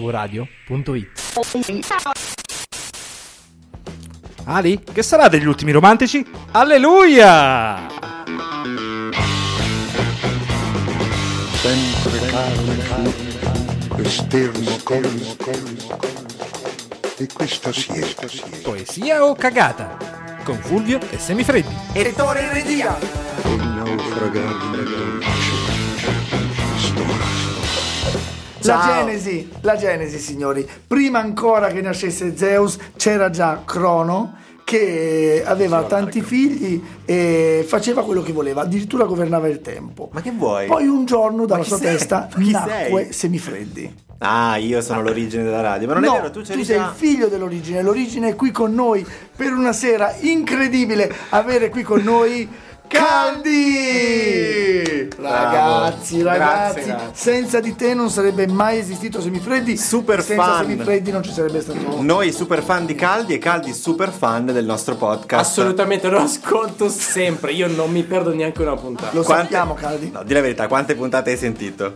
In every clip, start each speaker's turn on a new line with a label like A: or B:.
A: mvradio.it
B: Ali?
C: Che sarà degli ultimi romantici? Alleluia!
D: sempre calmo, esterno, colmo, colmo, e questa siesta, siesta,
B: Poesia o cagata? Con Fulvio e Semifreddi.
D: il naufragare la dolce, stomaco.
E: La Genesi, la Genesi, signori. Prima ancora che nascesse Zeus c'era già Crono che aveva
F: ecco.
E: tanti figli e faceva quello che voleva, addirittura governava il tempo.
F: Ma che vuoi?
E: Poi un giorno dalla
F: chi
E: sua
F: sei?
E: testa
F: Ma chi
E: nacque
F: sei?
E: Semifreddi.
F: Ah, io sono l'origine della radio. Ma non
E: no,
F: è vero, tu c'eri
E: sei
F: già-
E: il figlio dell'origine, l'origine è qui con noi per una sera incredibile avere qui con noi Caldi! Ragazzi, ragazzi, senza di te non sarebbe mai esistito Semifreddi.
F: Super
E: senza
F: fan.
E: Semifreddi non ci sarebbe stato.
F: Noi super fan di Caldi e Caldi super fan del nostro podcast.
A: Assolutamente lo ascolto sempre, io non mi perdo neanche una puntata.
E: Lo
F: Quante-
E: sappiamo, Caldi.
F: No, di la verità, quante puntate hai sentito?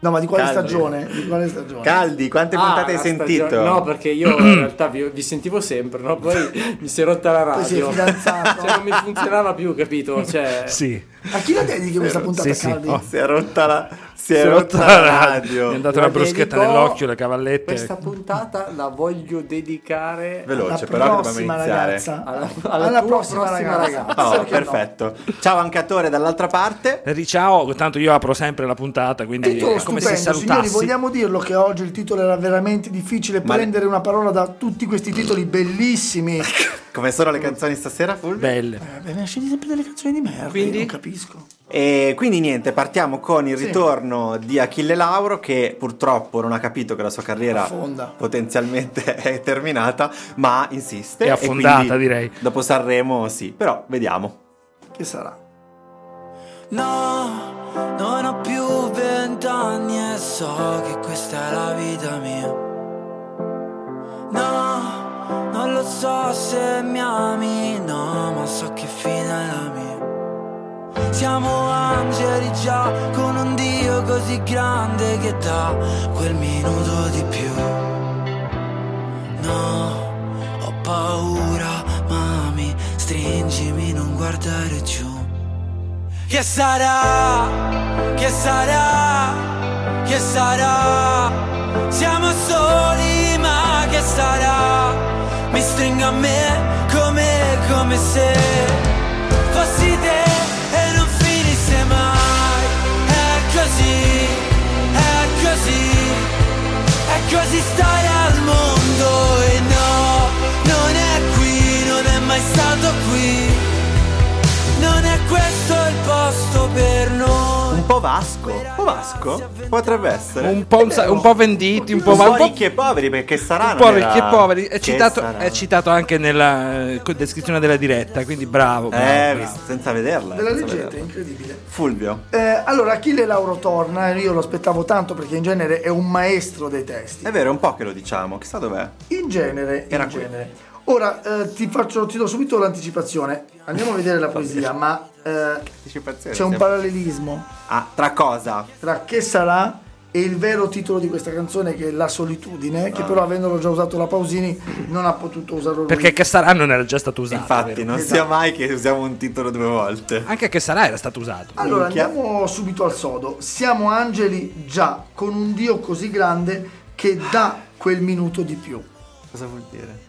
E: No, ma di quale
F: Caldi.
E: stagione? Di quale stagione?
F: Caldi, quante puntate
A: Ah,
F: hai
A: la
F: sentito?
A: stagione- No, perché io in realtà vi, vi sentivo sempre, no? Poi mi si è rotta la
E: Poi sei
A: radio.
E: fidanzato.
A: Cioè, non mi funzionava più, capito? Cioè,
B: Sì.
E: A chi la dedichi questa puntata,
B: Sì, sì.
E: Caldi?
B: Oh.
F: Si è rotta la, si è
B: Si è
F: rotta
B: rotta
F: la
B: la-
F: radio.
B: Mi è andata una
A: la
B: bruschetta
A: dedico-
B: nell'occhio, le cavallette.
A: Questa puntata la voglio dedicare
F: Veloce,
E: Alla
F: però che dobbiamo
E: prossima
F: iniziare.
E: ragazza.
A: alla, alla
E: Alla,
A: tua
E: prossima, ragazza.
F: Oh,
E: Perché no?
F: perfetto. Ciao Ancatore dall'altra parte.
B: Eh, Ciao, tanto io apro sempre la puntata, quindi
E: Titolo
B: è come se
E: stupendo, signori,
B: salutassi.
E: vogliamo dirlo che oggi il titolo era veramente difficile
F: Ma-
E: prendere una parola da tutti questi titoli bellissimi.
F: Come sono le canzoni stasera, Fulvio?
B: Belle.
E: Eh, ne scegli sempre delle canzoni di merda,
B: Quindi?
E: Quindi? non capisco.
F: E quindi niente, partiamo con il
E: Sì.
F: ritorno di Achille Lauro che purtroppo non ha capito che la sua carriera
E: Affonda.
F: potenzialmente è terminata, ma insiste.
B: È
F: E
B: affondata,
F: quindi
B: direi.
F: Dopo Sanremo sì, però vediamo.
E: Che sarà?
G: No, non ho più vent'anni e so che questa è la vita mia. No, non lo so se mi ami, no, ma so che fine è la mia. Siamo angeli già con un Dio così grande che dà quel minuto di più. No, ho paura, mami, stringimi, non guardare giù. Che sarà? Che sarà? Che sarà? Siamo soli, ma che sarà? Mi stringa a me come, come se fossi te e non finisse mai. È così, è così. È così stare al mondo e no, non è qui, non è mai stato qui. Non è questo il posto per noi.
F: Un po' Vasco, un po' Vasco potrebbe essere.
B: Un po', un sa- un po' venditi, un po',
F: Un
B: ma
F: po'
B: un po'
F: ricchi e poveri perché sarà
B: Un po'
F: non era-
B: ricchi e poveri, è
F: che
B: citato,
F: sarà.
B: è citato anche nella eh, co- descrizione della diretta, quindi bravo. bravo,
F: Eh,
B: bravo.
F: vis- senza vederla.
E: Della
F: senza
E: leggete, è
F: vederla.
E: incredibile.
F: Fulvio.
E: Eh, allora, Achille Lauro torna, io lo aspettavo tanto perché in genere è un maestro dei testi.
F: È vero, è un po' che lo diciamo, chissà dov'è.
E: In genere,
F: Eh. Era
E: in
F: qui.
E: genere. Ora eh, ti, faccio, ti do subito l'anticipazione. Andiamo a vedere la poesia, ma eh,
F: Anticipazione,
E: c'è un
F: sempre.
E: parallelismo
F: Ah, tra cosa?
E: tra che sarà e il vero titolo di questa canzone che è La solitudine,
F: Ah.
E: che però avendolo già usato la Pausini non ha potuto usarlo lui.
B: Perché che sarà non era già stato usato.
F: Infatti,
B: vero?
F: non
E: Esatto.
F: sia mai che usiamo un titolo due volte.
B: Anche che sarà era stato usato.
E: Allora
F: Minchia.
E: andiamo subito al sodo. Siamo angeli già con un Dio così grande che dà quel minuto di più.
F: Cosa vuol dire?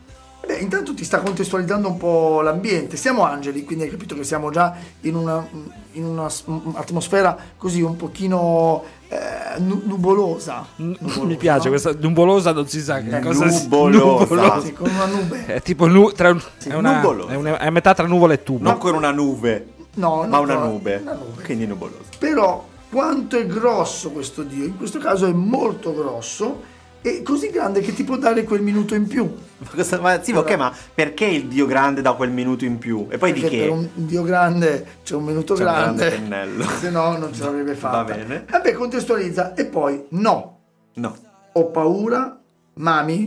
E: Beh, intanto ti sta contestualizzando un po' l'ambiente. Siamo angeli, quindi hai capito che siamo già in una, in una s- atmosfera così un pochino eh, nu- nubolosa. Nubolosa,
B: Mi piace
E: no?
B: questa nubolosa, non si sa che
E: Eh,
B: cosa si-
F: nubolosa.
E: Sì, con una nube.
B: È tipo nu- tra un-
F: Sì,
B: è, una,
F: nubolosa.
B: è, una- è a metà tra nuvola e tubo.
F: Non con una nube,
E: No,
F: ma
E: non
F: una
E: so,
F: nube.
E: Una nube.
F: Quindi nubolosa.
E: Però quanto è grosso questo Dio? In questo caso è molto grosso e così grande che ti può dare quel minuto in più.
F: Ma, cosa- ma sì, ok, ma perché il dio grande dà quel minuto in più? E
E: Perché
F: poi di
E: Esatto. per
F: che?
E: un Dio grande c'è un minuto
F: C'è un grande
E: grande.
F: pennello.
E: Se no non ce l'avrebbe fatta.
F: bene.
E: Vabbè, contestualizza. E poi no.
F: No.
E: Ho paura, mami.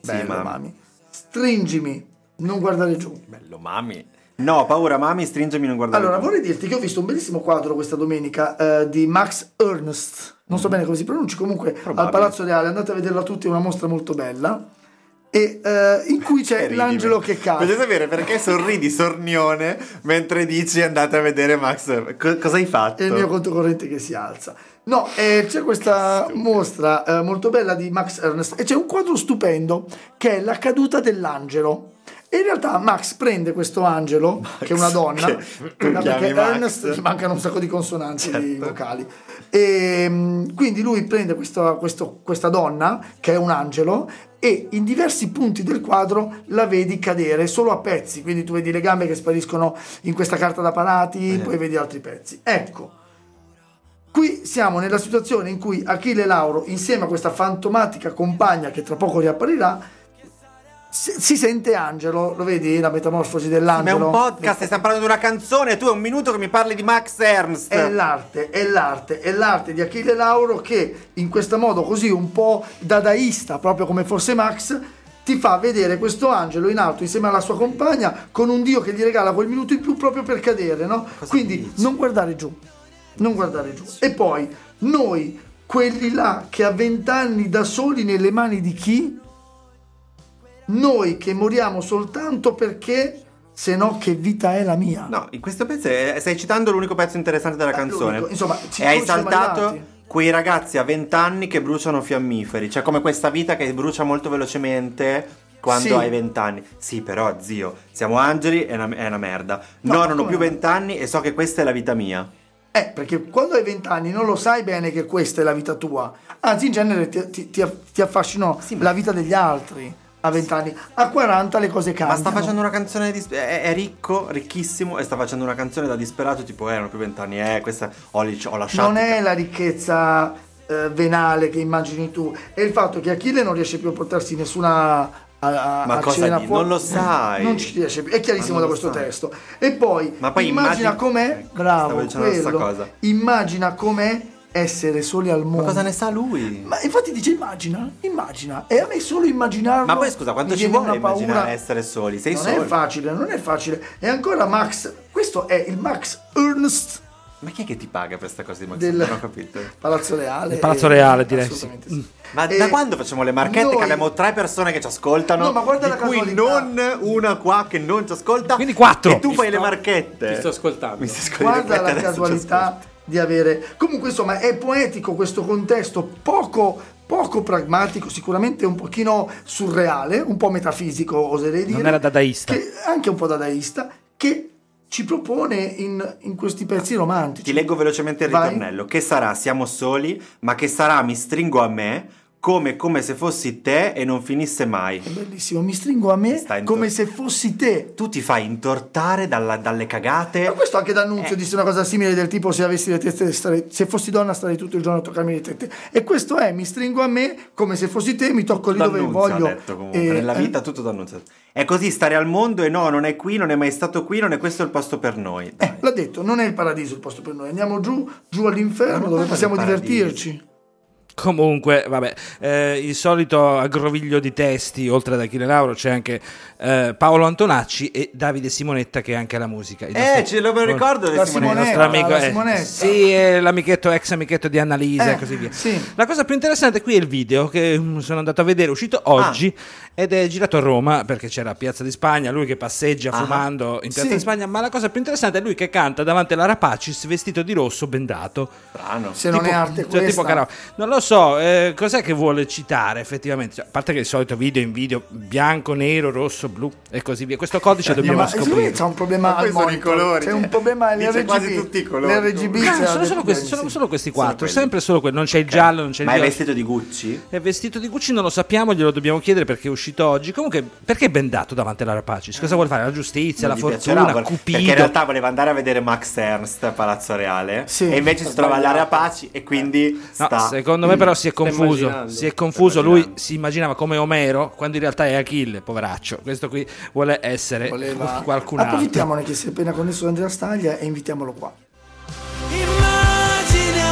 F: Sì,
E: Bello,
F: mami.
E: mami. Stringimi, non guardare giù.
F: Bello, mami. No, paura, mami, stringimi, non guardare.
E: Allora,
F: più.
E: vorrei dirti che ho visto un bellissimo quadro questa domenica eh, di Max Ernst. Non
F: Mm.
E: so bene come si pronuncia, comunque al Palazzo Reale. Andate a vederla tutti, è una mostra molto bella. E eh, in cui c'è
F: Ridimi.
E: l'angelo che
F: Voglio
E: cade.
F: sapere perché sorridi sornione mentre dici andate a vedere Max. Co- cosa hai fatto?
E: E il mio conto corrente che si alza. No, eh, c'è questa mostra eh, molto bella di Max Ernst e c'è un quadro stupendo che è La caduta dell'angelo. E in realtà Max prende questo angelo, che è una donna,
F: che tu
E: no,
F: chiami
E: perché
F: Max. Certo.
E: Ernst gli mancano un sacco di consonanti di vocali. E, mm, quindi lui prende questa, questo- questa donna, che è un angelo, e in diversi punti del quadro la vedi cadere solo a pezzi. Quindi tu vedi le gambe che spariscono in questa carta da parati,
F: Eh.
E: poi vedi altri pezzi. Ecco. Qui siamo nella situazione in cui Achille Lauro, insieme a questa fantomatica compagna che tra poco riapparirà, si si sente angelo, lo vedi la metamorfosi
F: Ma è
E: dell'angelo?
F: un podcast, stiamo parlando di una canzone. Tu è un minuto che mi parli di Max Ernst.
E: È l'arte, è l'arte, è l'arte di Achille Lauro che in questo modo così un po' dadaista, proprio come fosse Max, ti fa vedere questo angelo in alto insieme alla sua compagna con un dio che gli regala quel minuto in più proprio per cadere, no? Quindi non guardare giù, non guardare giù. E poi noi, quelli là che a vent'anni da soli nelle mani di chi? Noi che moriamo soltanto perché, se no che vita è la mia?
F: No, in questo pezzo è- stai citando l'unico pezzo interessante della canzone.
E: l'unico, insomma, ci-
F: e hai
E: ci siamo
F: saltato
E: arrivati.
F: quei ragazzi a 20 anni che bruciano fiammiferi, cioè come questa vita che brucia molto velocemente quando
E: Sì.
F: hai 20 anni. Sì, però, zio, siamo angeli, è una, è una merda.
E: No,
F: No, non ho
E: come
F: più
E: no?
F: 20 anni e so che questa è la vita mia.
E: Eh, perché quando hai vent'anni non lo sai bene che questa è la vita tua. Anzi, in genere ti, ti- ti- ti affascinò la vita degli altri a vent'anni. A 40 le cose
F: Ma
E: cambiano.
F: sta facendo una canzone di- è, è ricco, ricchissimo e sta facendo una canzone da disperato tipo eh, non ho più vent'anni, eh, questa ho, li- ho lasciato.
E: Non è la ricchezza eh, venale che immagini tu, è il fatto che Achille non riesce più a portarsi nessuna a, a-
F: Ma
E: a
F: cosa
E: cena
F: di-
E: fuori.
F: non lo sai.
E: Non ci riesce più, è chiarissimo
F: Ma
E: da
F: non lo
E: questo
F: sai.
E: testo. E poi,
F: Ma poi
E: immagina
F: immagini-
E: com'è,
F: Ecco, stavo
E: bravo,
F: dicendo la stessa
E: quello.
F: cosa.
E: Immagina com'è essere soli al mondo.
F: Ma cosa ne sa lui?
E: Ma infatti dice immagina, immagina. E a me solo immaginarlo.
F: Ma poi scusa, quanto
E: mi
F: ci
E: viene
F: vuole
E: una paura.
F: immaginare essere soli? Sei
E: Non
F: solo.
E: è facile, non è facile. E ancora Max, questo è il Max Ernst
F: Ma chi è che ti paga per questa cosa di Max?
E: del
F: Non ho capito.
E: Palazzo Reale.
B: Del Palazzo Reale,
E: Eh,
B: direi, Mm.
E: assolutamente sì.
F: Ma
E: Eh,
F: da quando facciamo le marchette
E: noi-
F: che abbiamo tre persone che ci ascoltano?
E: No, ma guarda
F: di
E: la
F: cui
E: casualità.
F: non una qua che non ci ascolta.
B: Quindi quattro.
F: E tu
B: Mi
F: fai le
A: sto-
F: marchette.
A: ti sto ascoltando.
F: Mi stai ascoltando.
E: Guarda la
F: Adesso ci
E: casualità
F: ascolti.
E: di avere. Comunque, insomma, è poetico questo contesto poco, poco pragmatico, sicuramente un pochino surreale, un po' metafisico, oserei dire.
B: Non era dadaista.
E: Che, anche un po' dadaista, che ci propone in, in questi pezzi romantici.
F: Ti leggo velocemente il
E: Vai.
F: ritornello. Che sarà siamo soli, ma che sarà mi stringo a me, come come se fossi te e non finisse mai.
E: Bellissimo, mi stringo a me
F: Sta in
E: come
F: to-
E: se fossi te.
F: Tu ti fai intortare dalla- dalle cagate.
E: Ma questo anche
B: Eh.
E: D'Annunzio disse una cosa simile del tipo se avessi le teste stare, se fossi donna starei tutto il giorno a toccarmi le tette. E questo è, mi stringo a me come se fossi te, mi tocco lì dove
F: D'Annunzio
E: voglio.
F: ha detto comunque,
E: Eh,
F: nella
E: eh,
F: vita tutto d'annunzio. È così stare al mondo e no, non è qui, non è mai stato qui, non è questo il posto per noi. Dai.
E: L'ha detto, non è il paradiso il posto per noi, andiamo giù, giù
F: Ma
E: all'inferno
F: non
E: dove
F: parla
E: possiamo
F: di paradiso.
E: divertirci.
B: Comunque, vabbè, eh, il solito aggroviglio di testi, oltre ad Achille Lauro, c'è anche eh, Paolo Antonacci e Davide Simonetta che è anche alla musica. Il
F: Eh,
B: nostro-
F: ce lo me lo ricordo
E: La
F: del
B: Il
F: Simonetta.
B: nostro
E: Simonetta,
B: amico,
E: la
B: eh,
E: Simonetta.
B: sì, è l'amichetto, ex amichetto di Annalisa
E: Eh,
B: e così via.
E: sì.
B: La cosa più interessante qui è il video che mm, sono andato a vedere, è uscito oggi
E: Ah.
B: ed è girato a Roma perché c'era Piazza di Spagna, lui che passeggia fumando in Piazza
E: Ah. Sì.
B: di Spagna, ma la cosa più interessante è lui che canta davanti alla Rapacis vestito di rosso bendato.
F: Strano.
E: Se non è arte
B: cioè, tipo
E: questa.
B: karaoke. non lo so, eh, cos'è che vuole citare effettivamente? Cioè, a parte che il solito video in video bianco, nero, rosso, blu e così via. Questo codice
E: No,
B: dobbiamo
E: Eh, ma secondo me
B: scoprire.
E: c'è un problema
F: Ma poi
E: al
F: sono i
E: monitor.
F: colori,
E: C'è
F: cioè,
E: un problema
F: dice
E: all'RGB.
F: quasi tutti i colori.
E: L'RGB
B: No,
E: c'è
B: Ah, sono,
E: dei
B: solo questi,
E: problemi,
B: sono
E: sì.
B: solo questi quattro,
F: quelli.
B: sempre solo quelli. Non c'è il giallo, non c'è il
F: Ma è
B: viola.
F: vestito di Gucci?
B: È vestito di Gucci, non lo sappiamo, glielo dobbiamo chiedere perché è uscito oggi. Comunque, perché bendato davanti alla Rapacis? Cosa vuole fare? La giustizia, la
F: Non gli
B: fortuna,
F: piacerà, perché-
B: Cupido.
F: Perché in realtà voleva andare a vedere Max Ernst a Palazzo Reale.
E: Sì.
F: e invece si trova all'area Paci e quindi
B: Eh. No,
F: sta.
B: secondo me però si è confuso.
A: immaginando.
B: Si è confuso,
F: Sta
B: lui
F: immaginando.
B: si immaginava come Omero, quando in realtà è Achille, poveraccio. Questo qui vuole essere
E: Voleva-
F: Ah,
B: qualcun altro.
E: Approfittiamone che si è appena connesso da Andrea Staglia e invitiamolo qua.
G: Immagina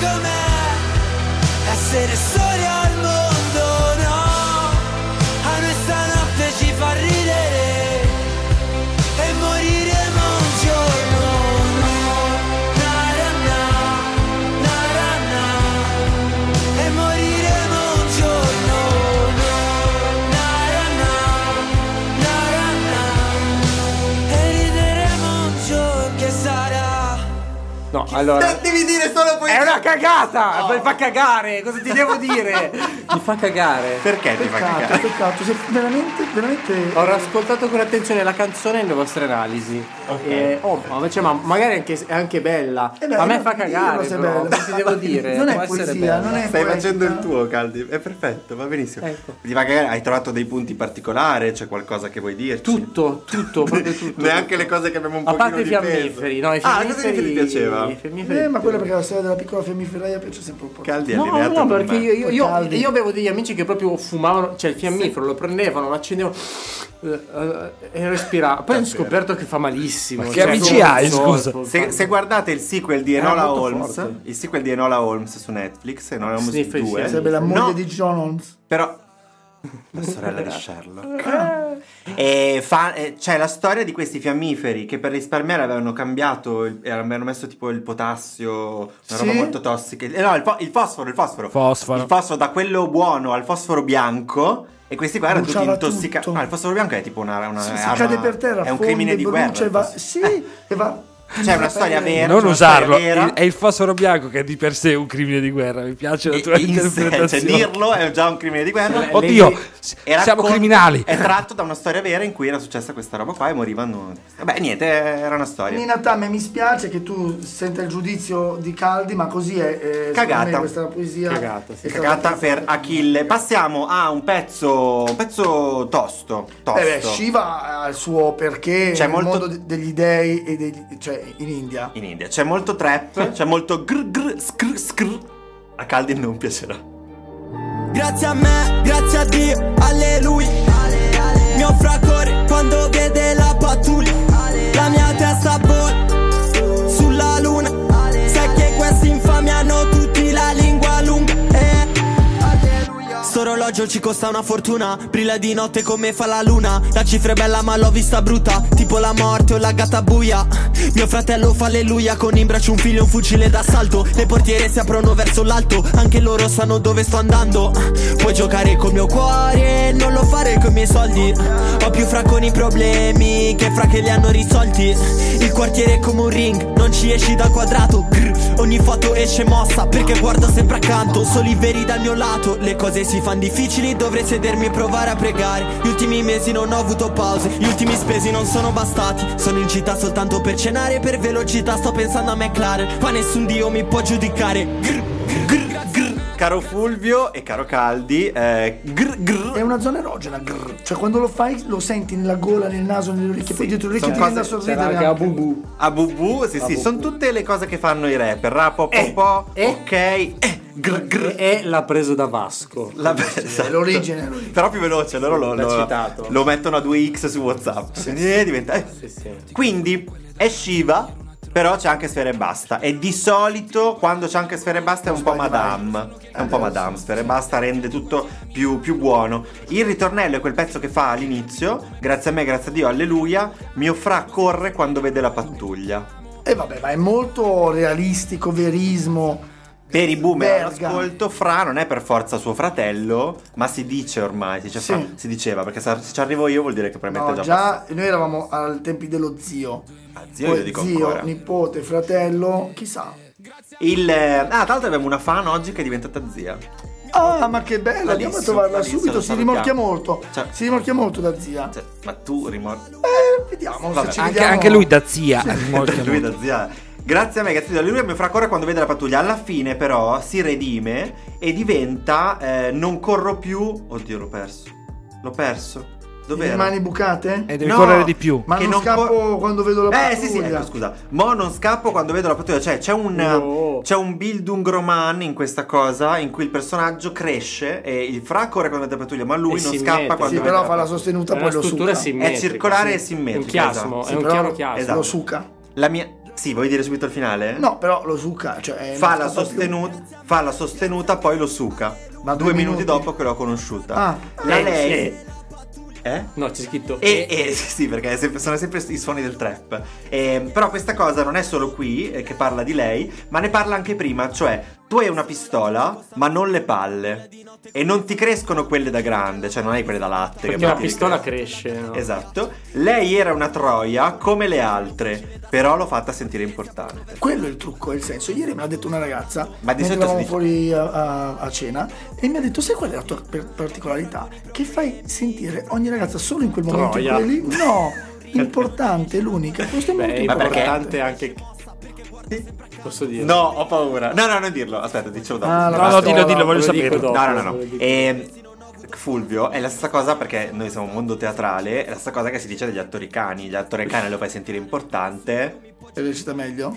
G: com'è essere soli al mondo, no? A noi stanotte ci fa ridere e morire
A: Allora,
F: Non Devi dire solo poi.
A: è una cagata! Mi fa cagare, cosa ti devo dire? Mi fa cagare.
F: Perché ti fa
E: Peccato,
F: cagare?
E: peccato, se- veramente, veramente... Eh,
A: Ho ascoltato con attenzione la canzone e le vostre analisi. E, oh, ma invece, ma magari anche, è anche bella.
E: Eh beh,
A: a me
E: non
A: fa
E: dirlo
A: cagare,
E: se è
A: però,
E: bella.
A: cosa ti devo dire?
E: Non
A: Può
E: è
A: essere
E: poesia,
A: bella.
E: non è
F: Stai
E: poetica.
F: facendo il tuo, Caldi. È perfetto, va benissimo.
A: Ecco.
F: Ti fa cagare? Hai trovato dei punti particolari? C'è qualcosa che vuoi dirci?
A: Tutto, tutto, proprio tutto.
F: Neanche le cose che abbiamo un
A: A
F: po'
A: parte i
F: difeso.
A: fiammiferi, no, i
F: Ah, cosa che
A: fiammiferi
F: ti piaceva?
A: i fiammiferi-
E: Eh, ma quella perché la storia della piccola fiammiferaia piace sempre un po'.
F: Caldi è
A: No,
F: allineato
A: no,
F: con
A: perché
F: me.
A: io, io- io-
E: Caldi.
A: io avevo degli amici che proprio fumavano, cioè il fiammifero, lo prendevano, lo accendevano eh, eh, e respirava. Poi ho scoperto che fa malissimo. cioè,
B: che amici hai, scusa?
F: Se, se guardate il sequel di Enola
A: Eh, molto
F: Holmes,
A: forte.
F: il sequel di Enola Holmes su Netflix, Enola Holmes
A: Sniffer
F: 2,
A: insieme.
E: Sarebbe la moglie
F: No.
E: di John Holmes.
F: però la sorella di Sherlock. E fa- eh, c'è la storia di questi fiammiferi che per risparmiare avevano cambiato, il- eh, avevano messo tipo il potassio, una roba
E: Sì?
F: molto tossica. Eh, no, il, fo- il fosforo, il fosforo.
B: Fosforo.
F: Il fosforo da quello buono al fosforo bianco. E questi qua erano tutti
E: Bruciava
F: intossicati.
E: tutto.
F: Ah, il fosforo bianco è tipo una. una
E: Si, si
F: arma-
E: cade per terra,
F: eh, ah, È un
E: fonde,
F: crimine di guerra.
E: brucia e
F: il
E: va...
F: fosforo.
E: Sì, e va... Cioè,
F: C'è una storia vera. c'è
B: non
F: una storia
B: usarlo,
F: vera.
B: il- è il fosforo bianco che è di per sé un crimine di guerra. Mi piace la
F: E-
B: tua
F: in sé, cioè,
B: interpretazione.
F: dirlo è già un crimine di guerra.
A: Lei-
B: Oddio,
A: lei-
B: s-
F: E
B: siamo
F: raccon-
B: criminali.
F: È tratto da una storia vera in cui era successa questa roba qua e morivano. Vabbè, niente, era una storia.
E: Nina Tame, mi spiace che tu senta il giudizio di Caldi, ma così è... eh, secondo
F: Cagata.
E: me questa poesia...
A: Cagata, sì.
E: è stata
F: Cagata
E: pensata-
F: per Achille. Passiamo a un pezzo. Un pezzo tosto. Tosto.
E: Eh beh, Shiva ha il suo perché
F: C'è
E: nel
F: molto-
E: mondo de- degli dei e degli- cioè in India.
F: In India c'è molto trap, c'è molto gr gr scr scr. A Caldi non piacerà.
G: Grazie a me, grazie a Dio, alleluia Mio fragore quando vede la pattuglia La mia testa vola sulla luna Sai che questi infami hanno tutti la lingua lunga eh. Sto orologio ci costa una fortuna Brilla di notte come fa la luna La cifra è bella ma l'ho vista brutta Tipo la morte o la gatta buia Mio fratello fa alleluia Con in braccio un figlio e un fucile d'assalto Le portiere si aprono verso l'alto Anche loro sanno dove sto andando Puoi giocare col mio cuore Non lo fare con i miei soldi Ho più fra con i problemi Che fra che li hanno risolti Il quartiere è come un ring Non ci esci dal quadrato Grr, Ogni foto esce mossa Perché guardo sempre accanto Solo i veri dal mio lato Le cose si fanno difficili Dovrei sedermi e provare a pregare Gli ultimi mesi non ho avuto pause Gli ultimi spesi non sono bastati Sono in città soltanto per cenare Per velocità sto pensando a McLaren Ma nessun dio mi può giudicare Grr, grr, grr.
F: Caro Fulvio e caro Caldi, eh, gr gr.
E: È una zona erogena, grrr. cioè quando lo fai lo senti nella gola, nel naso, nelle orecchie, poi dietro le orecchie ti
F: sono
E: viene da
F: cose-
E: sorridere.
A: C'era
E: anche.
A: anche Abubu.
F: A bubu, sì, sì, sono tutte le cose che fanno i rapper. Rapo, po, po,
A: eh.
F: ok. Eh, gr gr.
A: E l'ha preso da Vasco.
F: La bella.
E: È l'origine, è l'origine.
F: Però più veloce, loro lo,
A: L'ha
F: lo,
A: citato.
F: lo mettono a 2x su WhatsApp. Quindi eh, diventa. eh.
A: sì.
F: Quindi è Shiva, però c'è anche Sfera e Basta. E di solito quando c'è anche Sfera e Basta è un po' Madame. È un po' Madame. Sfera e Basta rende tutto più, più buono. Il ritornello è quel pezzo che fa all'inizio. Grazie a me, grazie a Dio, alleluia. Mio fra corre quando vede la pattuglia.
E: E Eh, vabbè, ma è molto realistico, verismo.
F: Per i boomer
E: Verga.
F: all'ascolto, Fra non è per forza suo fratello, ma si dice ormai, si, dice
E: Sì.
F: Fra, si diceva, perché sa- se ci arrivo io vuol dire che probabilmente
E: No,
F: è già...
E: già noi eravamo ai tempi dello zio.
F: passato. Ah, zio,
E: Poi
F: io dico
E: zio,
F: ancora.
E: nipote, fratello, chissà.
F: Il, eh, ah, tra l'altro abbiamo una fan oggi che è diventata zia. Cioè,
E: Ah, ma che bella, andiamo a
F: Alissio,
E: trovarla
F: Alissio,
E: subito,
F: la
E: si
F: salutiamo.
E: rimorchia molto.
F: Ciao.
E: Si rimorchia molto da zia.
F: Cioè, ma tu rimorchi...
E: Eh, vediamo
F: Vabbè,
E: se ci
B: Anche,
E: vediamo.
B: anche lui da zia. Molto
F: Lui da zia. Grazie a me, grazie a Dio. Lui mi fra corre quando vede la pattuglia. Alla fine però si redime e diventa eh, non corro più... Oddio, l'ho perso. L'ho perso.
E: Le
F: Dov'era?
E: mani bucate?
B: E devi
F: No.
B: correre di più.
E: Ma
F: che
E: non,
F: non
E: scappo
F: può-
E: quando vedo la
F: Eh sì sì,
E: pattuglia.
F: ecco, scusa. Mo non scappo quando vedo la pattuglia, cioè c'è un
A: No.
F: c'è un Bildungroman in questa cosa in cui il personaggio cresce e il fra corre quando vede la pattuglia, ma lui
A: E
F: non
A: si
F: scappa
A: mette.
F: quando
E: Sì,
F: vede
E: però
F: la
E: fa la
F: pattuglia.
E: sostenuta
A: È una
E: poi lo
A: struttura
E: sulla
A: simmetrica.
F: circolare e
A: sì.
F: simmetrica,
A: Un chiasmo,
F: esatto.
A: è un chiaro chiasmo.
F: esatto.
E: Lo suca.
F: La mia Sì, vuoi dire subito il finale?
E: No, però lo suca, cioè
F: Fa
E: non
F: la,
E: scappa più.
F: sostenuta, fa la sostenuta, poi lo suca.
E: Ma
F: due
E: due
F: minuti,
E: minuti?
F: dopo che l'ho conosciuta.
E: Ah.
F: la
A: Eh,
F: lei. Eh?
A: No, c'è scritto
F: E,
A: e,
F: e- sì, sì, perché è sempre- sono sempre i suoni del trap. Ehm, però questa cosa non è solo qui eh, che parla di lei, ma ne parla anche prima, cioè tu hai una pistola, ma non le palle. E non ti crescono quelle da grande, cioè non hai quelle da latte.
A: Perché
F: poi
A: la
F: ti
A: pistola
F: ricrescono.
A: cresce. no?
F: Esatto. Lei era una troia come le altre, però l'ho fatta sentire importante.
E: Quello è il trucco, è il senso. Ieri me l'ha detto una ragazza,
F: Ma di
E: mentre
F: solito
E: eravamo
F: si-
E: fuori a, a- a cena, e mi ha detto, sai qual è la tua per- particolarità? Che fai sentire ogni ragazza solo in quel momento
A: Troia.
E: in cui è lì? No, importante, l'unica. Questo è molto
A: Beh, è
F: ma
E: importante.
F: perché-
A: importante anche. Posso dire?
F: No, ho paura. No, no, non dirlo. Aspetta, dicevo dopo.
E: Ah, la
B: No, no,
E: pistola.
B: dillo, dillo, voglio
A: Ve lo dico
B: sapere.
A: dopo,
F: No, no, no, no.
A: ve lo dico.
F: E Fulvio è la stessa cosa perché noi siamo un mondo teatrale, è la stessa cosa che si dice degli attori cani. Gli attori cani lo fai sentire importante.
E: È riuscita meglio?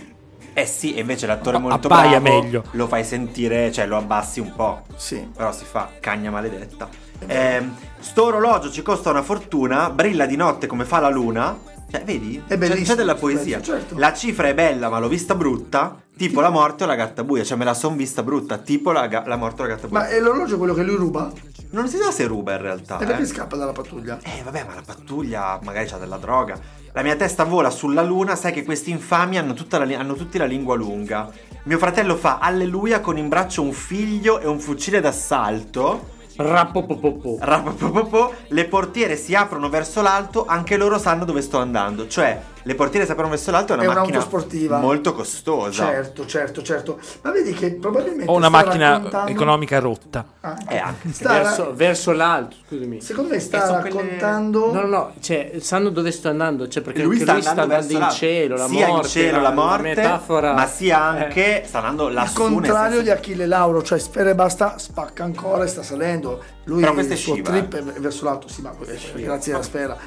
F: Eh sì, e invece l'attore molto
B: appaia
F: bravo
B: meglio.
F: lo fai sentire, cioè lo abbassi un po'.
E: Sì.
F: Però si fa cagna maledetta. Ehm, sto orologio ci costa una fortuna, brilla di notte come fa la luna. Cioè, vedi? C'è-
E: bellissimo
F: C'è della
E: questo
F: poesia.
E: pezzo, certo.
F: La cifra è bella, ma l'ho vista brutta. Tipo la morte o la gatta buia. Cioè, me la son vista brutta. Tipo la, ga- la morte o la gatta buia.
E: Ma è l'orologio quello che lui ruba?
F: Non si sa se ruba in realtà.
E: E perché
F: Ah, Eh.
E: scappa dalla pattuglia?
F: Eh, vabbè, ma la pattuglia magari c'ha della droga. La mia testa vola sulla luna, sai che questi infami hanno, tutta la li- hanno tutti la lingua lunga. Mio fratello fa alleluia con in braccio un figlio e un fucile d'assalto.
A: Rappopopopo.
F: Rapapapapo, Le portiere si aprono verso l'alto, anche loro sanno dove sto andando. Cioè, le portiere si aprono verso l'alto è una
E: È un'auto
F: macchina
E: sportiva.
F: molto costosa.
E: Certo, certo, certo. Ma vedi che probabilmente...
B: Ho una
E: sta
B: macchina
E: raccontando-
B: economica rotta.
E: Ah,
F: Eh, anche.
E: sta ra-
A: Verso, verso l'alto, scusami.
E: Secondo me
F: Eh,
E: sta
F: sono quelle-
E: raccontando...
A: No, no, no, cioè, sanno dove sto andando, cioè perché
F: Lui
A: anche
F: sta
A: lui sta
F: andando
A: andando in
F: verso la-
A: cielo, la
F: sia
A: morte,
F: in cielo la, morte,
A: metafora. Eh.
F: ma sia anche sta andando
E: Al
F: lassù. nel
E: contrario
F: senso-
E: di Achille Lauro, cioè Sfera e Basta spacca ancora e sta salendo. Lui
F: Però questa è eh.
E: il suo
F: sciva,
E: trip è verso l'alto, sì, ma grazie alla Sfera.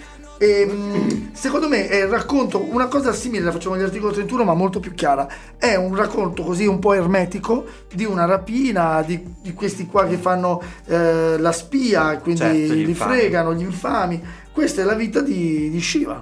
E: Ehm, secondo me è il racconto, una cosa simile la facciamo nell'articolo 31, ma molto più chiara. È un racconto così un po' ermetico di una rapina, di, di questi qua che fanno eh, la spia, quindi
F: Certo, gli
E: li
F: infami.
E: fregano, gli infami. Questa è la vita di, di Shiva.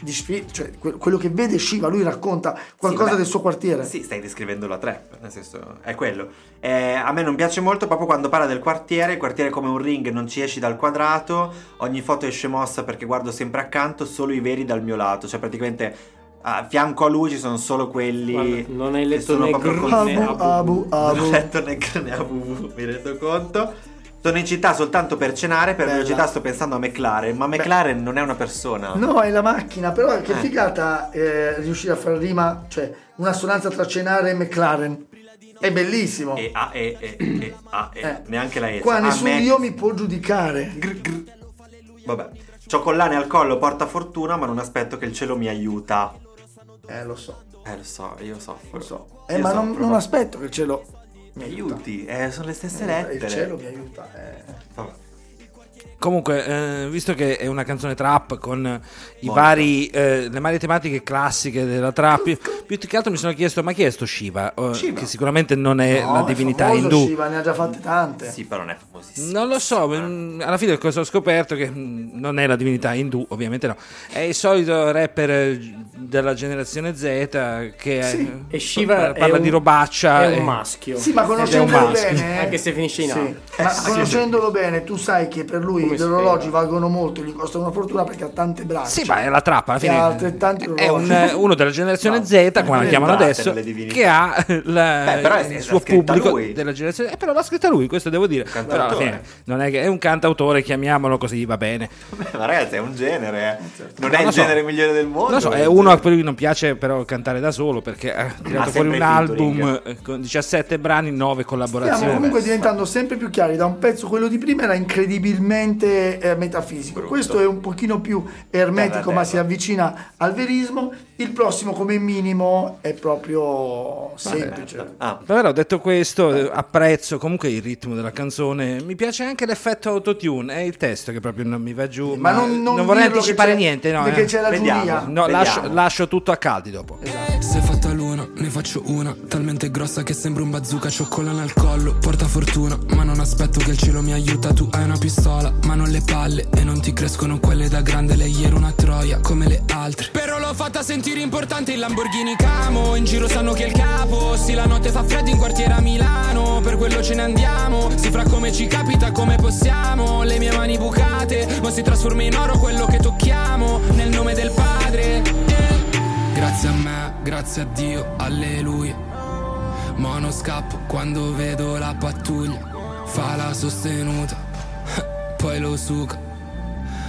E: Di Shiva, cioè que- quello che vede Shiva, lui racconta qualcosa
F: vabbè.
E: del suo quartiere.
F: Sì, stai descrivendo la trap, nel senso, è quello. Eh, a me non piace molto proprio quando parla del quartiere, il quartiere è come un ring, non ci esci dal quadrato, ogni foto esce mossa perché guardo sempre accanto, solo i veri dal mio lato, cioè praticamente a fianco a lui ci sono solo quelli...
A: Guarda, non hai
F: che
A: letto
F: sono
A: né
F: proprio
A: Gru-
F: connessi.
E: Abu, abu,
F: Non
E: abu.
F: ho letto né Gru- né Abu, mi rendo conto. Sono in città soltanto per cenare, per
E: Bella.
F: velocità sto pensando a McLaren, ma McLaren non è una persona.
E: No, è la macchina, però che
F: Eh.
E: figata eh, riuscire a fare rima, cioè una sonanza tra Cenare e McLaren. È bellissimo.
F: E, ah, e, e, e, ah, e,
E: Eh.
F: neanche la S.
E: Qua
F: Ah,
E: nessuno
F: Mac-
E: di io mi può giudicare.
F: Gr- gr- Vabbè. C'ho collane al collo, porta fortuna, ma non aspetto che il cielo mi aiuta.
E: Eh, lo so,
F: Eh, lo so, io soffro.
E: lo so. Eh,
F: Io
E: ma non,
F: soffro,
E: non
F: ma-
E: aspetto che il cielo mi
F: Esatto, Mi
E: aiuta.
F: aiuti, eh, sono le stesse
E: Il
F: lettere.
E: cielo mi aiuta. eh.
F: Vabbè.
B: Comunque, eh, visto che è una canzone trap con i
F: Molto.
B: vari, eh, le varie tematiche classiche della trap, più, più che altro mi sono chiesto: ma chi è sto Shiva? Eh,
F: Shiva.
B: Che sicuramente non è
E: No,
B: la
E: Oh, è
B: divinità
E: famoso
B: indù.
E: Shiva, ne ha già fatte tante.
F: Sì, però non è famosissimo.
B: Non lo so, mh, alla fine cosa ho scoperto? Che mh, non è la divinità indù, ovviamente no. È il solito rapper eh, della generazione Z che è-
E: Sì.
B: eh,
A: e Shiva è
B: parla
A: un-
B: di robaccia.
A: È
B: e-
A: un maschio.
E: Sì, ma
B: Ed Eh, è
E: conoscendolo
B: un maschio.
E: bene, eh.
A: Anche se finisce in
E: Sì.
A: A.
E: Ma
F: Eh, sì,
E: conoscendolo bene, tu sai che per lui
A: Come
E: gli orologi
A: spera.
E: valgono molto, gli costano una fortuna perché ha tante braccia.
B: Sì, ma è la trappa alla
E: E ha altrettanti
B: fine. È un- eh,
E: orologi.
B: uno della generazione
F: No,
B: Z, come la
F: non
B: chiamano
F: entrate
B: adesso,
F: nelle divinità.
B: che ha la-
F: Beh, però è- è
B: il suo
F: scritta
B: pubblico
F: lui.
B: della generazione. Eh, però l'ha scritta lui, questo devo dire. Però alla
F: Cantautore.
B: fine non è, che- è un cantautore, chiamiamolo così, va bene.
F: Vabbè, ma ragazzi, è un genere. eh.
E: certo.
F: Non
B: Non
F: è
B: lo
F: il
B: so.
F: genere migliore del mondo.
B: Non so, è uno a cui non piace però cantare da solo perché ha tirato fuori
F: sempre
B: un
F: featuring.
B: album eh, con 17 brani, 9
E: Stiamo
B: collaborazioni.
E: comunque diventando sempre più chiari. Da un pezzo, quello di prima era incredibilmente eh, metafisico.
F: Brutto.
E: Questo è un pochino più ermetico,
F: Terra-terra.
E: ma si avvicina al verismo. Il prossimo, come minimo, è proprio semplice.
F: Ah,
B: Però detto questo, eh, apprezzo comunque il ritmo della canzone. Mi piace anche l'effetto autotune. È il testo che proprio non mi va giù. Ma, Eh, non, vorrei
E: dirlo che
B: anticipare
E: c'è-
B: niente. No,
E: perché
B: eh.
E: c'è la
F: Vediamo.
E: giuria.
B: No,
F: Vediamo.
B: lascio, lascio tutto a caldi dopo.
G: Se è fatta l'una, ne faccio una Talmente grossa che sembra un bazooka Cioccolana al collo, porta fortuna Ma non aspetto che il cielo mi aiuta Tu hai una pistola, ma non le palle E non ti crescono quelle da grande Lei era una troia, come le altre Però l'ho fatta sentire importante Il Lamborghini Camo, in giro sanno che è il capo Sì, la notte fa freddo in quartiere a Milano Per quello ce ne andiamo Si fra come ci capita, come possiamo Le mie mani bucate Ma si trasforma in oro quello che tocchiamo Nel nome del padre eh. Grazie a me, grazie a Dio, alleluia.
H: Ma non scappo quando vedo la pattuglia Fa la sostenuta Poi lo suca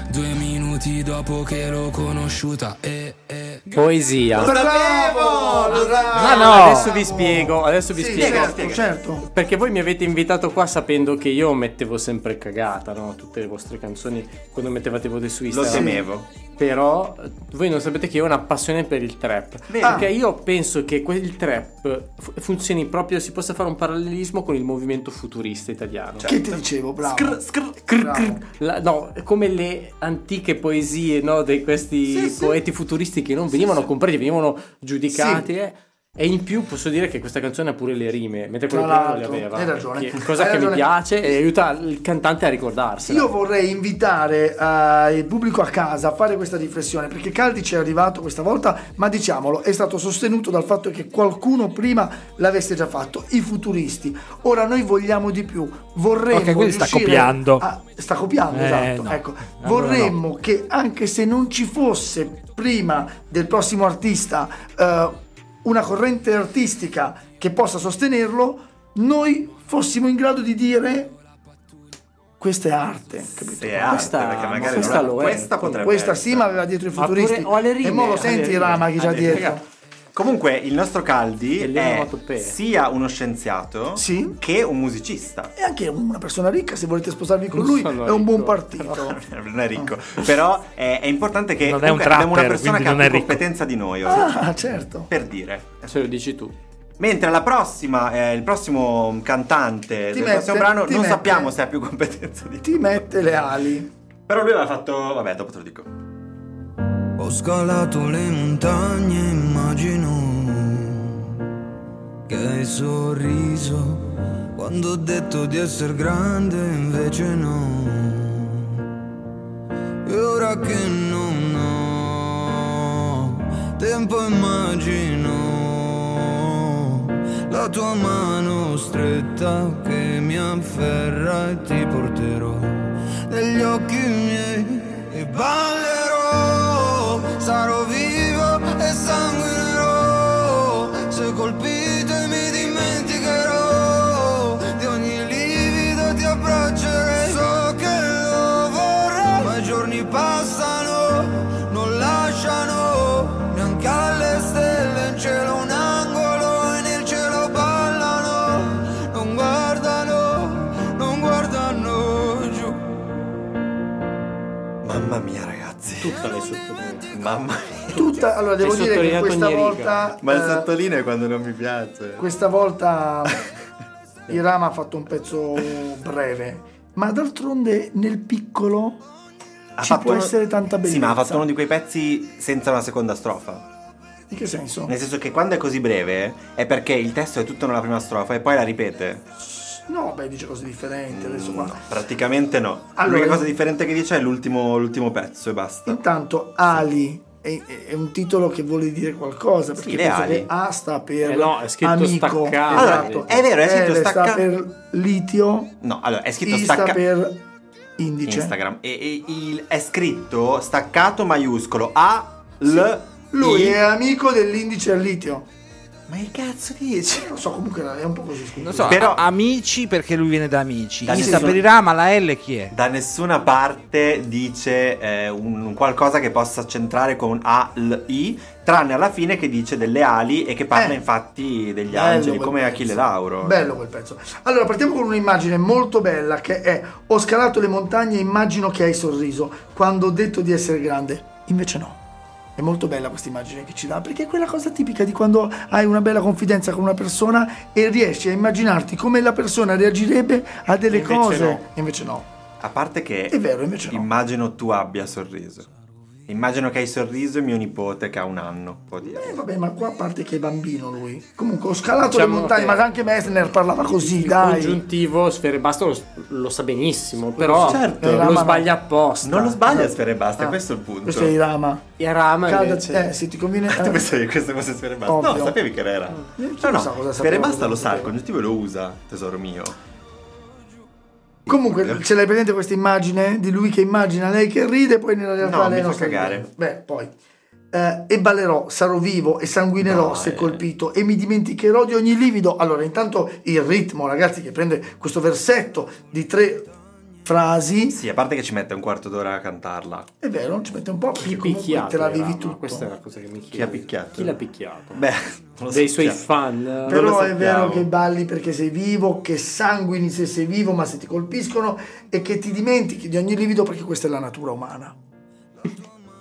H: Due minuti dopo che l'ho conosciuta eh, E, e
A: Poesia.
E: Bravo!
F: Lo sa-
A: Ma no, adesso vi spiego, adesso vi
E: Sì,
A: spiego.
E: certo, certo.
A: Perché voi mi avete invitato qua sapendo che io mettevo sempre cagata, no? Tutte le vostre canzoni quando mettevate voi su
F: Lo
A: Instagram.
F: temevo.
A: Però eh, voi non sapete che io ho una passione per il trap.
F: Vero.
A: Perché io penso che que- il trap fu- funzioni proprio, si possa fare un parallelismo con il movimento futurista italiano.
E: Che ti dicevo, bravo.
F: Scr- scr-
A: Cr-
E: Bravo.
A: cr- la- no, come le antiche poesie no, di questi poeti futuristi che non venivano compresi, venivano giudicati. eh. E in più posso dire che questa canzone ha pure le rime, mentre
E: Tra
A: quello prima non le
E: l'altro,
A: aveva.
E: hai ragione.
A: Che- cosa
E: Hai
A: che
E: ragione.
A: mi piace e aiuta il cantante a ricordarsela.
E: Io vorrei invitare eh, il pubblico a casa a fare questa riflessione perché Caldi ci è arrivato questa volta, ma diciamolo, è stato sostenuto dal fatto che qualcuno prima l'avesse già fatto, i futuristi. Ora noi vogliamo di più, vorremmo
B: Ok, quindi sta
E: riuscire
B: copiando.
E: a- sta copiando,
B: Eh,
E: esatto.
B: no.
E: Ecco,
B: Allora
E: vorremmo che anche se non ci fosse prima del prossimo artista eh, una corrente artistica che possa sostenerlo, noi fossimo in grado di dire questa è arte, capito?
F: Se è arte,
A: Questa-
F: perché magari
A: questa
F: non è-
A: lo è.
F: questa potrebbe
E: Questa
F: essere.
E: sì, ma aveva dietro i
A: Ma pure-
E: futuristi.
A: ho alle rime,
E: e mo
A: ho
E: lo
A: alle
E: senti
A: rime.
E: Rama che c'ha
A: Ah,
E: dietro.
A: raga.
F: Comunque, il nostro Caldi
A: E le
F: è
A: onomatopee.
F: sia uno scienziato
E: Sì.
F: che un musicista.
E: È anche una persona ricca, se volete sposarvi con
A: Non
E: lui, è
A: sono
E: un buon
A: ricco,
E: partito.
F: Non è ricco, però è, è importante che
B: Non è un
F: comunque abbiamo una
B: trapper,
F: persona
B: quindi
F: che ha
B: non
F: più
B: è ricco.
F: competenza di noi oggi.
E: Ah, certo.
F: Per dire.
A: Se lo dici tu.
F: Mentre la prossima, eh, il prossimo cantante
E: Ti
F: del
E: mette-
F: prossimo brano
E: ti
F: non
E: mette-
F: sappiamo se ha più competenza di
E: Ti mette le ali.
F: Però lui aveva fatto. Vabbè, dopo te lo dico.
G: Ho scalato le montagne, immagino che hai sorriso quando ho detto di essere grande, invece no. E ora che non ho tempo, immagino la tua mano stretta che mi afferra e ti porterò negli occhi miei e ballerò. Sarò vivo e sanguinerò. Se colpito e mi dimenticherò di ogni livido ti abbraccerei. So che lo vorrei, ma i giorni passano, non lasciano neanche alle stelle in cielo un angolo e nel cielo ballano. Non guardano, non guardano giù.
F: Mamma mia, ragazzi.
A: Tutta l'hai sottolineata.
F: Mamma mia.
E: Tutta, allora devo
A: Hai
E: dire che
A: sottolineato
E: questa
A: ogni riga.
E: volta.
F: Ma il
E: eh,
F: sottolineo è quando non mi piace.
E: Questa volta il Rama ha fatto un pezzo breve. Ma d'altronde nel piccolo
F: Ha
E: ci
F: fatto
E: può
F: uno-
E: essere tanta bellezza.
F: Sì, ma ha fatto uno di quei pezzi senza una seconda strofa.
E: In che senso?
A: Eh.
F: Nel senso che quando è così breve è perché il testo è tutto nella prima strofa e poi la ripete.
E: No, beh, dice cose differenti adesso qua.
F: No, praticamente no.
E: Allora-
F: L'unica cosa differente che dice è l'ultimo, l'ultimo pezzo e basta.
E: Intanto Ali è, è un titolo che vuole dire qualcosa perché
F: Sì, le
E: penso
F: ali.
E: che A sta per
A: Eh no, è scritto
E: amico,
A: staccato.
E: esatto.
F: Allora, è vero, è scritto
E: L sta
F: stacca-
E: per litio,
F: No, allora è scritto
E: I sta
F: staccato.
E: per indice.
F: Instagram. E, e il, è scritto staccato maiuscolo A L
E: Lui
F: I-
E: è amico dell'indice al litio.
F: Ma che cazzo dici?
E: Non so, comunque è un po' così scusa.
B: Non so,
F: Però-
B: a- amici perché lui viene da amici.
F: Da
B: I
F: nessuno-
B: saperirà, ma la L chi è?
F: Da nessuna parte dice eh, un, un qualcosa che possa centrare con A L I, tranne alla fine che dice delle ali e che parla
E: Eh.
F: infatti degli
E: Bello
F: angeli,
E: quel
F: come
E: pezzo.
F: Achille Lauro.
E: Bello quel pezzo. Allora, partiamo con un'immagine molto bella che è Ho scalato le montagne, immagino che hai sorriso quando ho detto di essere grande. Invece no. È molto bella questa immagine che ci dà, perché è quella cosa tipica di quando hai una bella confidenza con una persona e riesci a immaginarti come la persona reagirebbe a delle
F: Invece
E: cose.
F: no.
E: Invece no.
F: A parte che
E: È vero, invece no.
F: immagino tu abbia sorriso. Immagino che hai sorriso mio nipote che ha un anno, può dire.
E: Eh, vabbè, ma qua a parte che è bambino lui. Comunque ho scalato
A: Diciamo
E: le montagne,
A: che-
E: ma anche Messner parlava così,
A: Il
E: dai.
A: congiuntivo sfere basta lo, lo sa benissimo, però
F: Certo.
A: lo
E: Eh, ma-
A: sbaglia apposta.
F: Non lo sbaglia Sfera e basta,
E: Ah.
F: questo è il punto.
E: Questo è Irama.
A: E Rama
E: Calda,
A: invece-
E: eh, se ti conviene...
F: Tu
E: eh.
F: pensavi che questa fosse Sfera e basta?
E: Ovvio.
F: No, sapevi che era.
E: chi
F: No,
E: lo
F: no,
E: sa cosa
F: Sfera e
E: sapeva, cosa
F: basta lo sa, il
E: sapeva.
F: congiuntivo lo usa, tesoro mio. Eh.
E: Comunque, ce l'hai presente questa immagine di lui che immagina lei che ride, poi nella realtà
F: No,
E: lei
F: mi
E: non
F: fa
E: sta
F: cagare.
E: ridendo. Beh, poi. Eh, eh, e ballerò, sarò vivo e sanguinerò se
F: eh.
E: colpito e mi dimenticherò di ogni livido. Allora, intanto il ritmo, ragazzi, che prende questo versetto di tre frasi,
F: Sì, a parte che ci mette un quarto d'ora a cantarla.
E: è vero, ci mette un po' perché
A: Chi
E: comunque te la
A: picchiato? era,
E: vivi
A: ma
E: tutto.
A: Questa è la cosa che mi chiedo.
F: Chi ha picchiato?
A: Chi l'ha picchiato?
F: Beh, non
A: Dei
F: lo so cioè, chi
A: suoi
F: ha-
A: fan.
F: Non lo
E: Però è
F: sappiamo.
E: vero che balli perché sei vivo, che sanguini se sei vivo, ma se ti colpiscono e che ti dimentichi di ogni livido perché questa è la natura umana.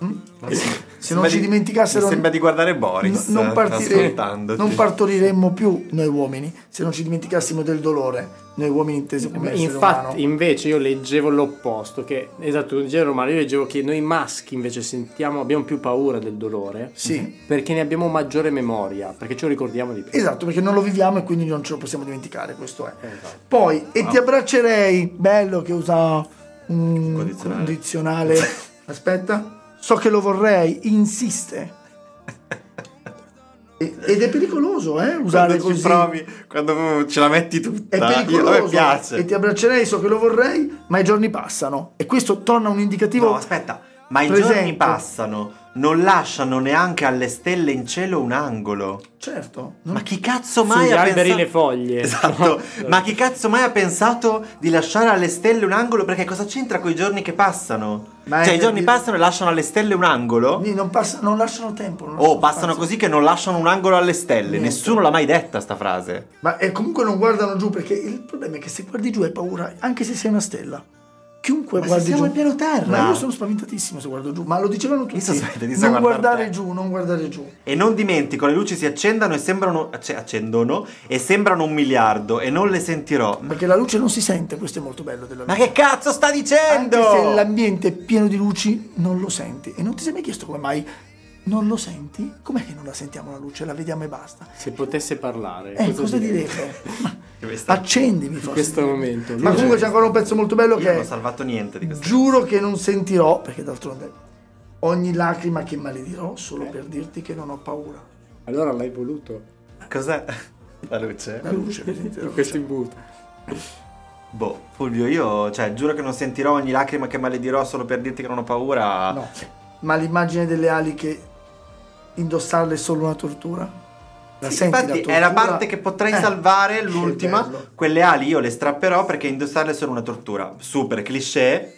E: Mm? E se- Se non
F: Sembra
E: ci
F: di-
E: dimenticassero
F: mi sembra di guardare Boris.
E: n- non, partire-
F: ascoltandoti.
E: non partoriremmo più noi uomini se non ci dimenticassimo del dolore, noi uomini intesi come essere
A: Infatti,
E: umano.
A: invece, io leggevo l'opposto, che esatto, in genere romano, io leggevo che noi maschi invece sentiamo, abbiamo più paura del dolore
E: Sì.
A: perché ne abbiamo maggiore memoria, perché ce lo ricordiamo di più.
E: Esatto, perché non lo viviamo e quindi non ce lo possiamo dimenticare, questo è.
A: Esatto.
E: Poi, e ti abbraccerei, bello che usa un
F: Condizionale.
E: condizionale. Aspetta, so che lo vorrei, insiste. E- Ed è pericoloso, eh, usare
F: Quando ci
E: così.
F: provi, quando ce la metti
E: È
F: tutta. Io, a me
E: pericoloso.
F: piace.
E: E ti abbraccerei, so che lo vorrei, ma i giorni passano. E questo torna un indicativo.
F: No, aspetta, ma i
E: presente.
F: giorni passano, non lasciano neanche alle stelle in cielo un angolo.
E: Certo.
F: Ma chi cazzo mai
A: Sugli
F: ha
A: alberi
F: pensato...
A: le foglie.
F: Esatto, ma chi cazzo mai ha pensato di lasciare alle stelle un angolo? Perché cosa c'entra con i giorni che passano?
E: Ma
F: cioè,
E: è
F: i giorni
E: per dire-
F: passano e lasciano alle stelle un angolo?
E: Quindi Non, passa- non lasciano tempo. non
F: Oh,
E: lasciano
F: passano
E: spazio.
F: così che non lasciano un angolo alle stelle.
E: Niente.
F: Nessuno l'ha mai detta sta frase.
E: Ma e comunque non guardano giù perché il problema è che se guardi giù hai paura, anche se sei una stella. Chiunque
F: Ma se
E: guardi
F: siamo
E: giù.
F: al piano terra?
E: Ma io sono spaventatissimo se guardo giù, ma lo dicevano tutti.
F: sono spaventatissimo
E: non
F: a guardare
E: guardare
F: te.
E: giù, non guardare giù.
F: E non dimentico, le luci si accendano e sembrano. acce- accendono e sembrano un miliardo e non le sentirò. Ma,
E: Perché la luce non si sente, questo è molto bello della
F: ma
E: luce.
F: che cazzo sta dicendo?
E: Anche se l'ambiente è pieno di luci, non lo senti. E non ti sei mai chiesto come mai non lo senti? Com'è che non la sentiamo la luce? La vediamo e basta.
A: Se potesse parlare,
E: Eh, cosa direbbe?
F: Questa-
E: Accendevi
A: in
E: forse.
A: questo momento?
E: Ma comunque c'è ancora un pezzo molto bello
F: Io
E: che
F: non ho
E: è
F: salvato niente di questo.
E: Giuro che non sentirò, perché d'altronde ogni lacrima che maledirò
F: Eh.
E: solo per dirti che non ho paura.
A: Allora l'hai voluto
F: Cos'è? La luce?
E: La luce, vedete, la
A: questo
E: luce.
A: imbuto.
F: Boh, Fulvio, io cioè, giuro che non sentirò ogni lacrima che maledirò solo per dirti che non ho paura.
E: No. Ma l'immagine delle ali che indossarle è solo una tortura? La
F: Sì,
E: senti
F: infatti
E: tortura?
F: è la parte che potrei
E: Eh,
F: salvare,
E: che
F: l'ultima.
E: bello.
F: Quelle ali io le strapperò perché indossarle sono una tortura. Super cliché.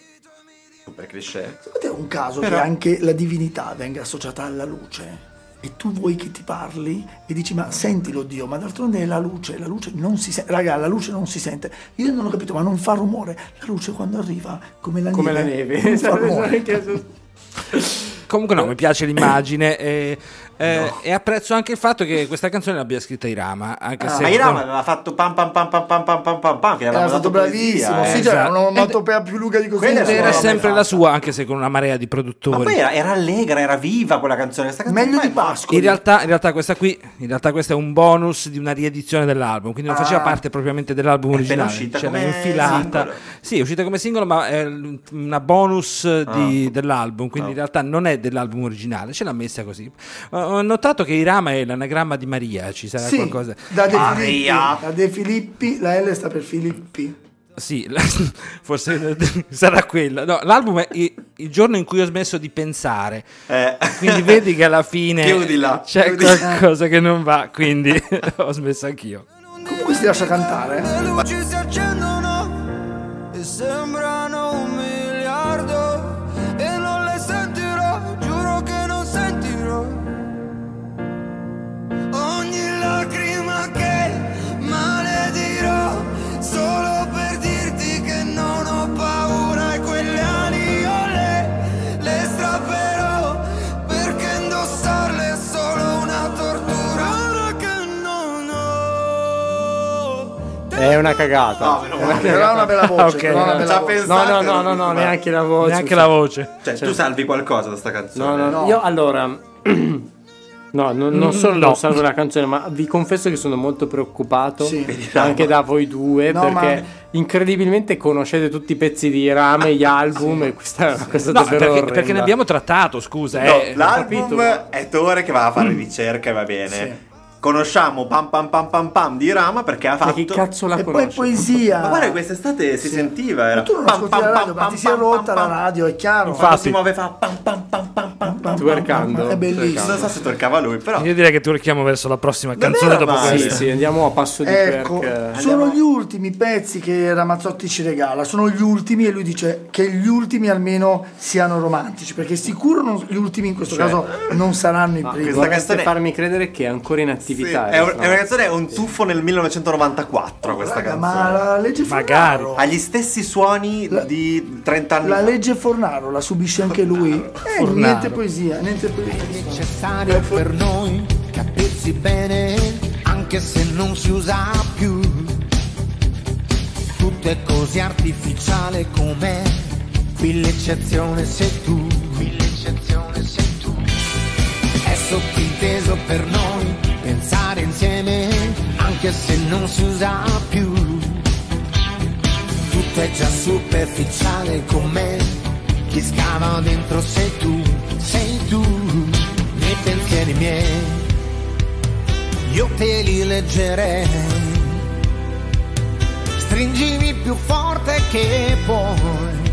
F: Super cliché.
E: Secondo te è un caso
F: Però-
E: che anche la divinità venga associata alla luce? E tu vuoi che ti parli e dici ma sentilo Dio, ma d'altronde è la luce, la luce non si sente, raga la luce non si sente, io non ho capito ma non fa rumore, la luce quando arriva come la
A: Come la
E: neve,
A: neve. Cioè,
E: non fa rumore.
B: Comunque no, mi piace l'immagine e, eh, e apprezzo anche il fatto che questa canzone l'abbia scritta Irama. Anche se
F: Ah, Ma Irama aveva fatto pam pam pam pam pam pam pam pam pam. Che
E: Era stato
F: poesia,
E: bravissimo,
F: eh.
E: sì, c'era
B: esatto.
E: un'onomatopea più lunga di così.
F: Quella
B: Ed era
F: Era
B: sempre
F: fatta.
B: la sua, anche se con una marea di produttori.
F: esatto. Ma poi era, era allegra, era viva quella canzone. Sta canzone
E: Meglio
F: ormai
E: di
F: è morta.
E: Pasqua.
B: In realtà, in realtà questa qui in realtà questa è un bonus di una riedizione dell'album, quindi non faceva parte propriamente dell'album
F: Ah. È appena
B: originale.
F: uscita
B: cioè, l'ha
F: come
B: infilata.
F: singolo.
B: Sì, è uscita come singolo, ma è l- una bonus di-
F: Ah.
B: dell'album, quindi in realtà non è dell'album originale, ce l'ha messa così. Ho- Ho notato che Irama è l'anagramma di Maria, ci sarà
E: Sì,
B: qualcosa.
E: da De, Filippi,
F: Maria.
E: da De Filippi, la L sta per Filippi.
B: Sì, la- forse sarà quella. No, l'album è i- il giorno in cui ho smesso di pensare.
F: Eh.
B: Quindi vedi che alla fine
F: Chiudila,
B: c'è
F: chiudi-
B: qualcosa che non va, quindi ho smesso anch'io.
E: Comunque si lascia cantare. eh.
G: Le luci si accendono e sembrano un miliardo e non le sentirò, giuro che non sentirò ogni lacrima che maledirò solo per dirti che non ho paura e quelle ali io le, le strapperò perché indossarle è solo una tortura ora che non ho
A: È una cagata.
F: No, meno male.
E: Però ha una bella voce,
A: Eh,
E: però
B: Ok,
E: ha una bella
F: non ci ha
E: voce.
A: No,
F: pensato.
A: no, no, no, no,
F: Ma-
A: neanche la voce.
B: Neanche la voce.
F: Cioè,
E: Certo.
F: tu salvi qualcosa da sta canzone.
A: No, no, no. Io allora. No, non, non solo non salvo la canzone, ma vi confesso che sono molto preoccupato
E: Sì.
A: anche da voi due
E: No,
A: perché
E: ma-
A: incredibilmente conoscete tutti i pezzi di Rame, gli album e questa è una cosa
B: No,
A: davvero
B: perché,
A: orrenda.
B: perché ne abbiamo trattato, scusa.
F: No,
B: eh.
F: l'album
A: capito.
F: è Tore che va a
E: Mm.
F: fare ricerca e va bene. Conosciamo Pam Pam Pam Pam Pam di Rama perché ha
A: Ma
F: fatto.
A: chi cazzo la
E: E poi
A: conosce?
E: poesia.
F: Ma guarda, quest'estate si sentiva. Era
E: Tu non
F: pam,
E: ascolti
F: pam,
E: la
F: pam,
E: radio, ma
F: pam,
E: ti si è
F: pam,
E: rotta
F: pam,
E: la
F: pam.
E: radio, è chiaro.
F: Quando si muove fa pam pam pam pam pam
E: pam,
A: Twerkando.
E: pam, pam. È bellissimo.
F: Non so se torcava lui, però.
B: Io direi che turchiamo verso la prossima
F: Davvero,
B: canzone dopo
F: ma-
A: Sì,
B: questa.
A: sì, andiamo a passo di
E: Ecco,
A: perk.
E: sono
F: Andiamo-
E: gli ultimi pezzi che Ramazzotti ci regala, sono gli ultimi e lui dice che gli ultimi almeno siano romantici, perché sicuro non- gli ultimi in questo caso non saranno i primi.
F: Cioè. questa
A: Vorreste
F: canzone-
A: farmi credere che è ancora in
F: Sì,
A: attività.
F: è,
A: eh,
F: un-
A: no?
F: è una canzone, è un tuffo nel 1994 questa
E: Oh, Raga,
F: canzone.
E: Ma la legge
B: Magari.
E: Fornaro,
F: Ha gli stessi suoni di 30 anni
E: la
F: fa.
E: legge Fornaro la subisce anche lui. Eh, niente poesia, niente poesia.
I: necessario per noi capirsi bene anche se non si usa più. Tutto è così artificiale com'è, qui l'eccezione sei tu, qui l'eccezione sei tu. È sottinteso per noi pensare insieme anche se non si usa più. Tutto è già superficiale com'è, chi scava dentro sei tu, sei tu. Nei pensieri miei, io te li leggerei. Stringimi più forte che puoi,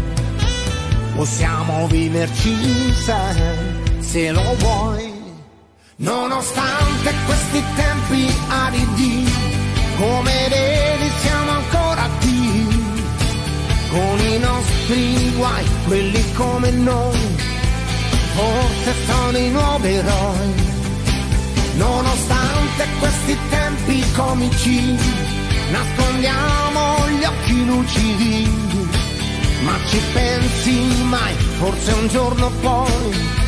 I: possiamo viverci sai, se lo vuoi. Nonostante questi tempi aridi, come eredi siamo ancora qui, con i nostri guai, quelli come noi, forse sono i nuovi eroi. Nonostante questi tempi comici, nascondiamo gli occhi lucidi, ma ci pensi mai, forse un giorno poi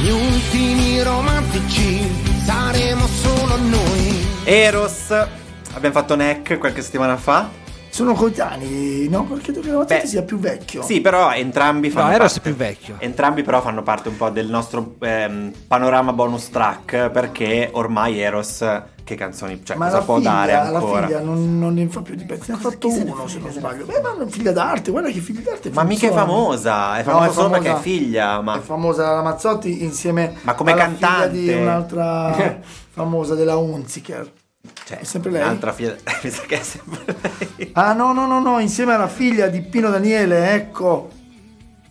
I: gli ultimi romantici saremo solo noi.
F: Eros. Abbiamo fatto Neck qualche settimana fa.
E: Sono coetanei, no? Perché credo che Ramazzotti
F: Beh,
E: sia più vecchio.
F: Sì, però entrambi fanno
B: No, Eros
F: parte-
B: è più vecchio.
F: Entrambi però fanno parte un po' del nostro ehm, panorama bonus track perché ormai Eros che canzoni, cioè
E: Ma
F: cosa
E: la
F: può
E: figlia,
F: dare
E: la
F: ancora?
E: figlia non, non ne fa più di pezzi, ne ha fatto uno se non sbaglio. Beh, ma è una figlia d'arte, guarda che figlia d'arte.
F: Ma mica è
E: funziona.
F: famosa, è
E: No,
F: famosa
E: è
F: solo
E: famosa-
F: perché è figlia, ma
E: È famosa la Mazzotti insieme
F: Ma come
E: alla
F: cantante.
E: figlia di un'altra famosa della Unziker.
F: cioè,
E: è sempre lei?
F: Un'altra figlia, mi sa che è sempre lei.
E: Ah no, no, no, no, insieme alla figlia di Pino Daniele, ecco.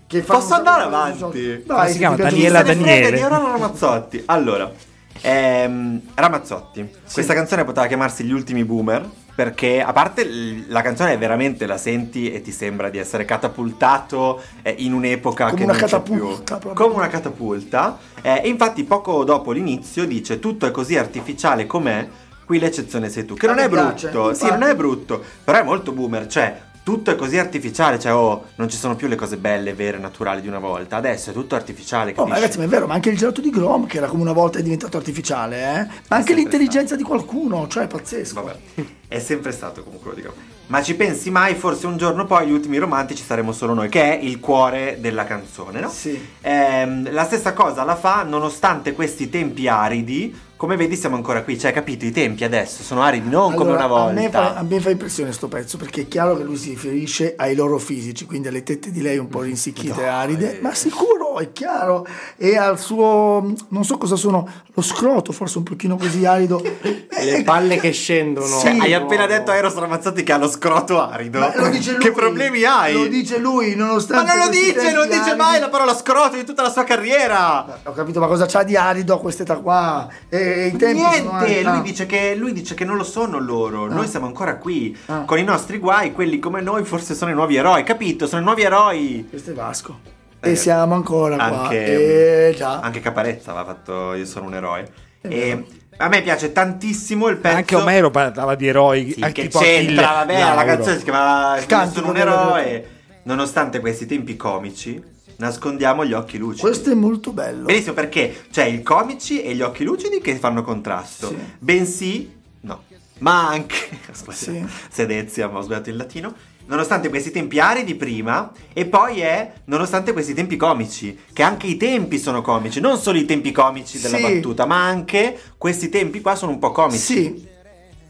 E: Che fa-
F: Posso andare avanti?
E: Dai,
B: Come si
E: se ti
B: chiama?
E: piace-
B: Daniela
F: Chi se ne frega
B: Daniele.
F: di Aurora Ramazzotti. Allora, ehm, Ramazzotti. Questa canzone poteva chiamarsi Gli ultimi boomer. Perché a parte l- la canzone è veramente la senti e ti sembra di essere catapultato eh, in un'epoca
E: Come
F: che
E: una
F: non c'è più.
E: catapulta, proprio.
F: Come una catapulta. Eh, e infatti poco dopo l'inizio dice tutto è così artificiale com'è, qui l'eccezione sei tu. Che
E: Ah,
F: non è
E: mi piace,
F: brutto, sì,
E: infatti.
F: non è brutto, però è molto boomer, cioè tutto è così artificiale, cioè oh, non ci sono più le cose belle, vere, naturali di una volta, adesso è tutto artificiale,
E: Oh, ma
F: capisci?
E: ragazzi, ma è vero, ma anche il gelato di Grom, che era come una volta è diventato artificiale, eh? Ma anche l'intelligenza di qualcuno, cioè è pazzesco.
F: Vabbè, è sempre stato comunque, lo dico. Ma ci pensi mai, forse un giorno poi gli ultimi romantici saremo solo noi, che è il cuore della canzone, no?
E: Sì.
F: Ehm, la stessa cosa la fa nonostante questi tempi aridi, come vedi siamo ancora qui, cioè capito, i tempi adesso sono aridi, non come
E: Allora,
F: una volta.
E: A me, fa, a me fa impressione sto pezzo perché è chiaro che lui si riferisce ai loro fisici, quindi alle tette di lei un
F: Mm-hmm.
E: po' rinsicchite e
F: eh.
E: aride, ma sicuro è chiaro. E al suo, non so cosa sono, lo scroto forse un pochino così arido. Eh,
A: Le palle che scendono.
E: Sì.
F: Cioè, hai
A: No.
F: appena detto a Eros Ramazzotti che ha lo scroto arido.
E: Ma lo dice lui.
F: Che problemi hai?
E: Lo dice lui,
F: Ma
E: nonostante.
F: non lo
E: questi
F: dice,
E: tempi
F: non dice
E: aridi.
F: mai la parola scroto di tutta la sua carriera.
E: Ho capito, ma cosa c'ha di arido a quest'età qua? E, e i tempi sono Ah.
F: Niente,
E: aridi.
F: lui
E: Ah.
F: dice, che, lui dice che non lo sono loro, noi siamo ancora qui,
E: Ah.
F: con i nostri guai, quelli come noi forse sono i nuovi eroi, capito? Sono i nuovi eroi.
E: Questo è Vasco. E siamo ancora qua.
F: Anche,
E: Eh, già.
F: anche Caparezza aveva fatto Io sono un eroe. E a me piace tantissimo il pezzo...
B: Anche Omero parlava di eroi.
F: Sì,
B: anche
F: che
B: tipo
F: c'entra,
B: Achille
F: vabbè, la
B: Lauro.
F: canzone si chiama
E: Cantico
F: Sono un
E: delle
F: eroe. Nonostante questi tempi comici, nascondiamo gli occhi lucidi.
E: Questo è molto bello.
F: Benissimo, perché c'è il comici e gli occhi lucidi che fanno contrasto.
E: Sì.
F: Bensì, no, ma anche. ho
E: Sì.
F: sbagliato. Sedezia, ma ho sbagliato il latino. Nonostante questi tempi aridi prima, e poi è nonostante questi tempi comici, che anche i tempi sono comici, non solo i tempi comici della
E: Sì.
F: battuta, ma anche questi tempi qua sono un po' comici.
E: Sì.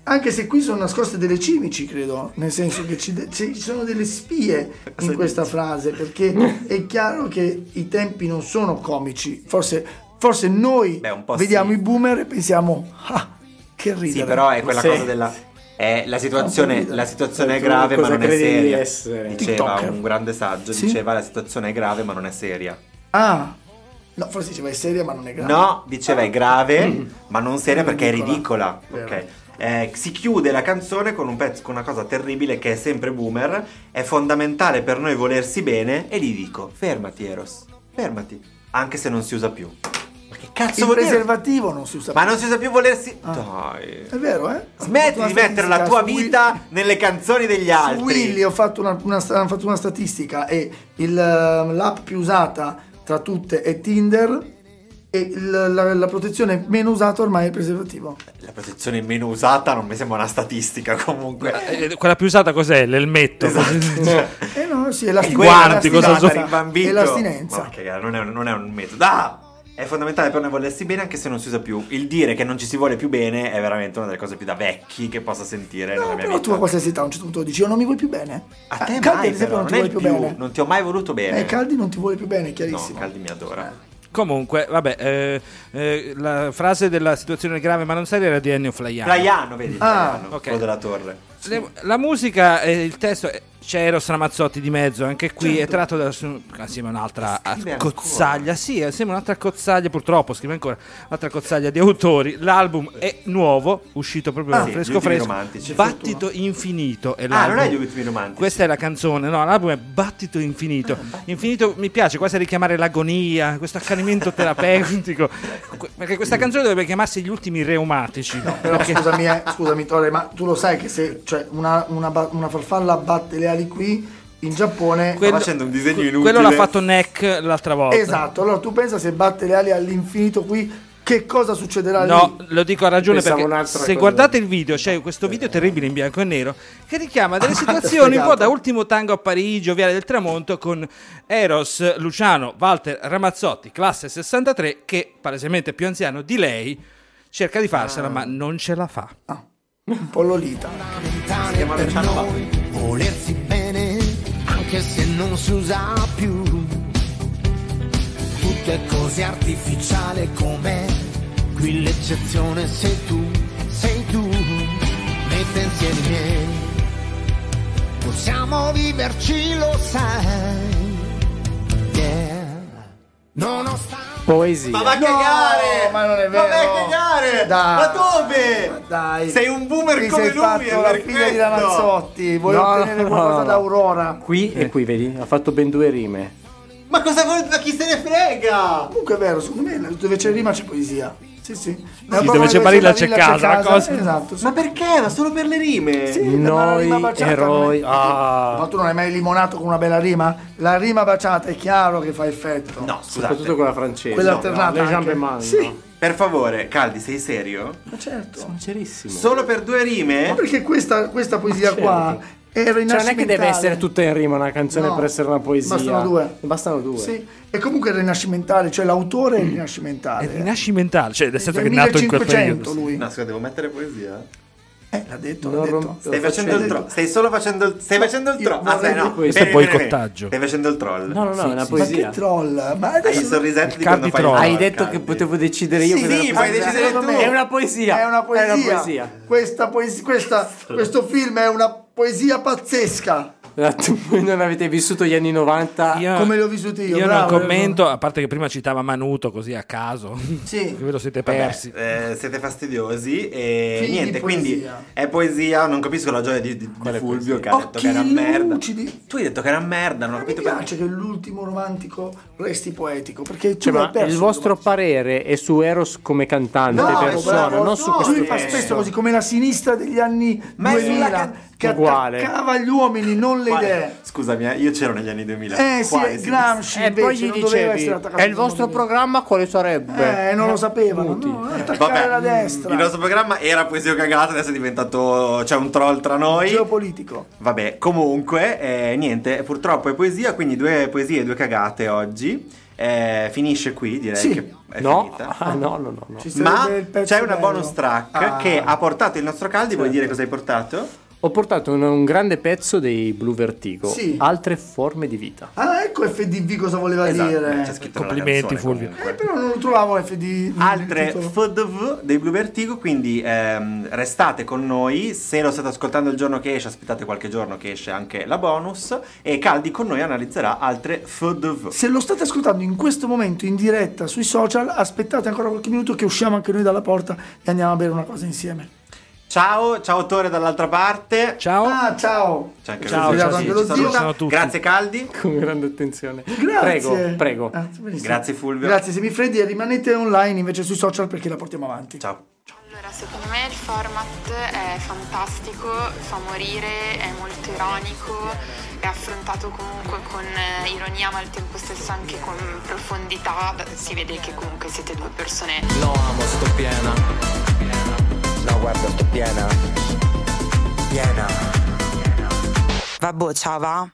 E: Anche se qui sono nascoste delle cimici, credo, nel senso che ci, de- ci sono delle spie in questa frase, perché è chiaro che i tempi non sono comici. Forse, forse noi
F: Beh, un po'
E: vediamo
F: sì.
E: i boomer e pensiamo, ah, che ridere.
F: Sì, però è quella
A: Sì.
F: cosa della. è la situazione,
E: Sì.
F: la situazione è
A: Tu
F: grave, ma
A: cosa
F: non è
A: credi di
F: seria.
A: essere?
F: Diceva
E: TikToker.
F: un grande saggio:
E: Sì.
F: diceva la situazione è grave, ma non è seria.
E: Ah, No, forse diceva è seria, ma non è grave.
F: No, diceva è grave, ma non seria
E: È
F: perché è ridicola.
E: ridicola. Vero.
F: Ok. Eh, si chiude la canzone con un pezzo, con una cosa terribile che è sempre boomer. È fondamentale per noi volersi bene. E gli dico: fermati, Eros, fermati. Anche se non si usa più. Ma che cazzo
E: Il
F: vuol dire?
E: preservativo non si usa
F: Ma
E: più.
F: non si usa più volersi.
E: Ah.
F: Dai.
E: È vero, eh?
F: Smetti di mettere la tua vita nelle canzoni degli
E: Su
F: altri.
E: Willy ho fatto una, una- hanno fatto una statistica e il, eh, l'app più usata tra tutte è Tinder e il- la, la protezione meno usata ormai è il preservativo.
F: La protezione meno usata non mi sembra una statistica comunque. Cioè,
B: Eh, Quella più usata cos'è? L'elmetto.
F: Esatto.
E: Eh no, sì, è la
B: guardi cosa so-
F: per il bambino.
E: È l'astinenza.
F: Ma che gara, non è, un- non è un metodo. Ah! È fondamentale per noi volersi bene anche se non si usa più. Il dire che non ci si vuole più bene è veramente una delle cose più da vecchi che possa sentire
E: No,
F: nella mia
E: però
F: vita.
E: tu a qualsiasi età a un certo punto dici, "Oh, non mi vuoi più bene.
F: A te
E: Eh,
F: mai,
E: Caldi, ad esempio,
F: però,
E: non ti
F: è
E: vuole più,
F: il più,
E: bene.
F: Non ti ho mai voluto bene.
E: Eh, Caldi non ti vuole più bene,
F: no,
E: chiarissimo.
F: Caldi mi adora.
B: Comunque, vabbè, eh, eh, la frase della situazione grave ma non seria era di Ennio Flaiano.
F: Traiano, vedi?
E: Ah,
F: Traiano,
B: ok.
F: quello della torre.
B: Le- la musica e il testo eh, c'è Eros Ramazzotti di mezzo, anche qui è tratto da su- assieme a un'altra
F: E Certo. scrive
B: a- cozzaglia, sì, assieme a un'altra cozzaglia, purtroppo scrive ancora un'altra cozzaglia di autori. L'album è nuovo, uscito proprio
F: Ah, sì, gli
B: fresco
F: ultimi
B: fresco.
F: romantici.
B: Battito infinito è
F: Ah, non
B: l'album.
F: è gli ultimi romantici. Ah,
B: Questa è la canzone, no, l'album è Battito infinito. infinito mi piace quasi richiamare l'agonia, questo accanimento terapeutico, Que- perché questa canzone dovrebbe chiamarsi Gli ultimi reumatici.
E: Però scusami, eh, scusami Tore, ma tu lo sai che se cioè, una, una ba- una farfalla batte le ali qui, in Giappone...
B: Quello-
F: facendo un disegno inutile.
B: Quello l'ha fatto Neck l'altra volta.
E: Esatto, allora tu pensa se batte le ali all'infinito qui, che cosa succederà
B: No,
E: lì?
B: lo dico a ragione
A: Pensavo
B: perché
A: un'altra
B: se
A: cosa.
B: guardate il video, c'è questo video terribile in bianco e nero che richiama delle situazioni un po'
E: Esatto.
B: da ultimo tango a Parigi o Viale del Tramonto con Eros, Luciano, Walter Ramazzotti, classe 63, che palesemente è più anziano di lei, cerca di
E: Ah.
B: farsela ma non ce la fa.
E: Un po' Lolita.
I: fondamentale per noi volersi bene anche se non si usa più tutto è così artificiale com'è qui l'eccezione sei tu sei tu nei pensieri miei possiamo viverci lo sai yeah. nonostante
A: Poesia.
F: Ma va a cagare!
E: ma non è
F: Ma va
E: vero.
F: a cagare!
E: Dai.
F: Ma dove?
E: Ma dai.
F: Sei un boomer
E: Ti
F: come
E: sei
F: lui,
E: fatto
F: è
E: la
F: per
E: figlia di
F: questo.
E: Ramazzotti, vuoi
A: No,
E: ottenere
A: no,
E: qualcosa
A: no.
E: da Aurora.
A: Qui e qui, vedi? Ha fatto ben due rime.
F: Ma cosa vuol Ma chi se ne frega?
E: Comunque è vero, secondo me dove c'è rima c'è poesia. Sì, sì. Nella
B: dove
E: propria-
B: c'è Barilla c'è casa, cosa-
E: Esatto, sì.
F: Ma perché? Ma solo per le rime?
E: Sì, ma la
A: Noi
E: rima baciata
A: eroi.
E: non è-
A: Ah.
E: Ma tu non hai mai limonato con una bella rima? La rima baciata è chiaro che fa effetto.
F: No, scusate.
A: Soprattutto quella francese.
E: Quella
A: No,
E: alternata
A: Le
E: anche.
A: gambe mani.
E: Sì.
A: no?
F: Per favore, Caldi, sei serio?
E: Ma certo.
A: Sincerissimo.
F: Solo per due
E: Ma
F: rime?
E: perché questa, questa poesia
A: certo.
E: qua era in
A: Cioè, non è che deve essere tutta in rima una canzone
E: No.
A: per essere una poesia.
E: Bastano due.
A: Bastano due. Mm.
E: Sì, e comunque è rinascimentale, cioè l'autore è rinascimentale.
B: È rinascimentale, cioè nel senso
E: Del
B: che è nato in quel
E: 1500
B: periodo.
E: lui.
F: No, scusa, devo mettere poesia?
E: Eh, l'ha detto, l'ha
A: Non
E: detto.
A: romp-
F: Stai facendo il troll. Stai solo facendo il. Stai facendo il
E: Io
F: troll.
E: vorrei
F: Ah, stai, no.
A: questo.
F: Bene,
B: Questo è
F: bene, bene.
B: boicottaggio.
F: Stai facendo il troll.
A: No, no, no, è una
E: Ma che
A: poesia.
E: troll? Ma
F: Hai
E: adesso
F: il sorrisetto di
B: Caldi
F: quando fai il
B: troll.
A: Hai
F: troll,
A: detto
F: Caldi.
A: che potevo decidere io.
F: Sì,
A: cosa
F: sì,
A: era-
F: puoi decidere tu.
A: È una poesia.
E: È una poesia.
A: È una poesia.
E: Questa poesia questa- questo film è una poesia pazzesca.
A: Esatto, Voi non avete vissuto gli anni 90.
B: Io-
E: Ah, Come li ho vissuti io,
B: Io non
E: bravo.
B: commento, a parte che prima citava Manuto così a caso, che
E: Sì.
B: ve lo siete
F: Vabbè,
B: persi.
F: eh, siete fastidiosi e
E: Figli
F: niente,
E: di
F: quindi
E: poesia.
F: è poesia, non capisco la gioia di, di- di Fulvio che ha detto
E: Occhi
F: che era merda.
E: lucidi.
F: Tu hai detto che era merda, non ho
E: Mi
F: capito perché.
E: piace che l'ultimo romantico resti poetico, perché tu
A: Cioè,
E: l'hai
A: ma
E: perso
A: il vostro
E: romantico.
A: parere è su Eros come cantante,
E: No,
A: persona,
E: bravo,
A: non su
E: no,
A: questo
E: lui fa
A: testo.
E: spesso così come la sinistra degli anni
F: Ma è sulla
E: 2000
F: can-
E: che
A: Uguale.
E: attaccava gli uomini, non le
F: Quale-
E: idee.
F: Scusami, eh, io c'ero negli anni 2000.
E: Eh sì,
F: Quale sinistra?
E: Gramsci
A: E Eh, poi
E: invece
A: gli
E: non doveva essere
A: dicevi,
E: attaccato
A: è il
E: dagli
A: vostro
E: uomini.
A: programma quale sarebbe?
E: Eh, non lo sapevano, no,
F: Eh,
E: attaccare la destra.
F: il nostro programma era poesia cagata, adesso è diventato c'è un troll tra noi.
E: geopolitico.
F: Vabbè, comunque, eh, niente, purtroppo è poesia, quindi due poesie e due cagate oggi. Eh, finisce qui, direi
E: Sì.
F: che è
A: No,
F: finita.
A: ah, no, no, no. no.
E: Ci sarebbe
F: Ma
E: il pezzo
F: c'è una
E: bello.
F: bonus track
E: Ah. Certo.
F: che ha portato il nostro Caldi. Vuoi dire cosa hai portato?
A: Ho portato un, un grande pezzo dei Blue Vertigo,
E: Sì.
A: altre forme di vita.
E: Ah, ecco FDV cosa voleva
F: Esatto,
E: dire.
F: c'è scritto nella
B: Complimenti,
F: canzone,
B: Fulvio.
F: comunque.
E: Eh, però non lo trovavo FDV.
F: altre
E: il titolo.
F: FDV dei Blue Vertigo. Quindi ehm, restate con noi. Se lo state ascoltando il giorno che esce, aspettate qualche giorno che esce anche la bonus. E Caldi con noi analizzerà altre FDV.
E: Se lo state ascoltando in questo momento in diretta sui social, aspettate ancora qualche minuto che usciamo anche noi dalla porta e andiamo a bere una cosa insieme.
F: Ciao, ciao Tore dall'altra parte.
B: Ciao.
E: Ah, ciao!
F: C'è anche
E: Ciao,
F: lui.
E: ciao,
F: Sì,
E: anche
F: ci
E: lo zio.
F: saluta.
B: Ciao a tutti.
F: Grazie Caldi.
A: Con grande attenzione.
E: Grazie.
A: Prego, prego.
E: Ah, benissimo.
F: Grazie, Fulvio.
E: Grazie, se mi freddi rimanete online invece sui social perché la portiamo avanti.
F: Ciao.
J: Allora, secondo me il format è fantastico, fa morire, è molto ironico, è affrontato comunque con eh, ironia ma al tempo stesso anche con profondità, si vede che comunque siete due persone
G: No, amo, sto piena.
I: No, guarda, sto piena. Piena.
K: Vabbè, ciao va.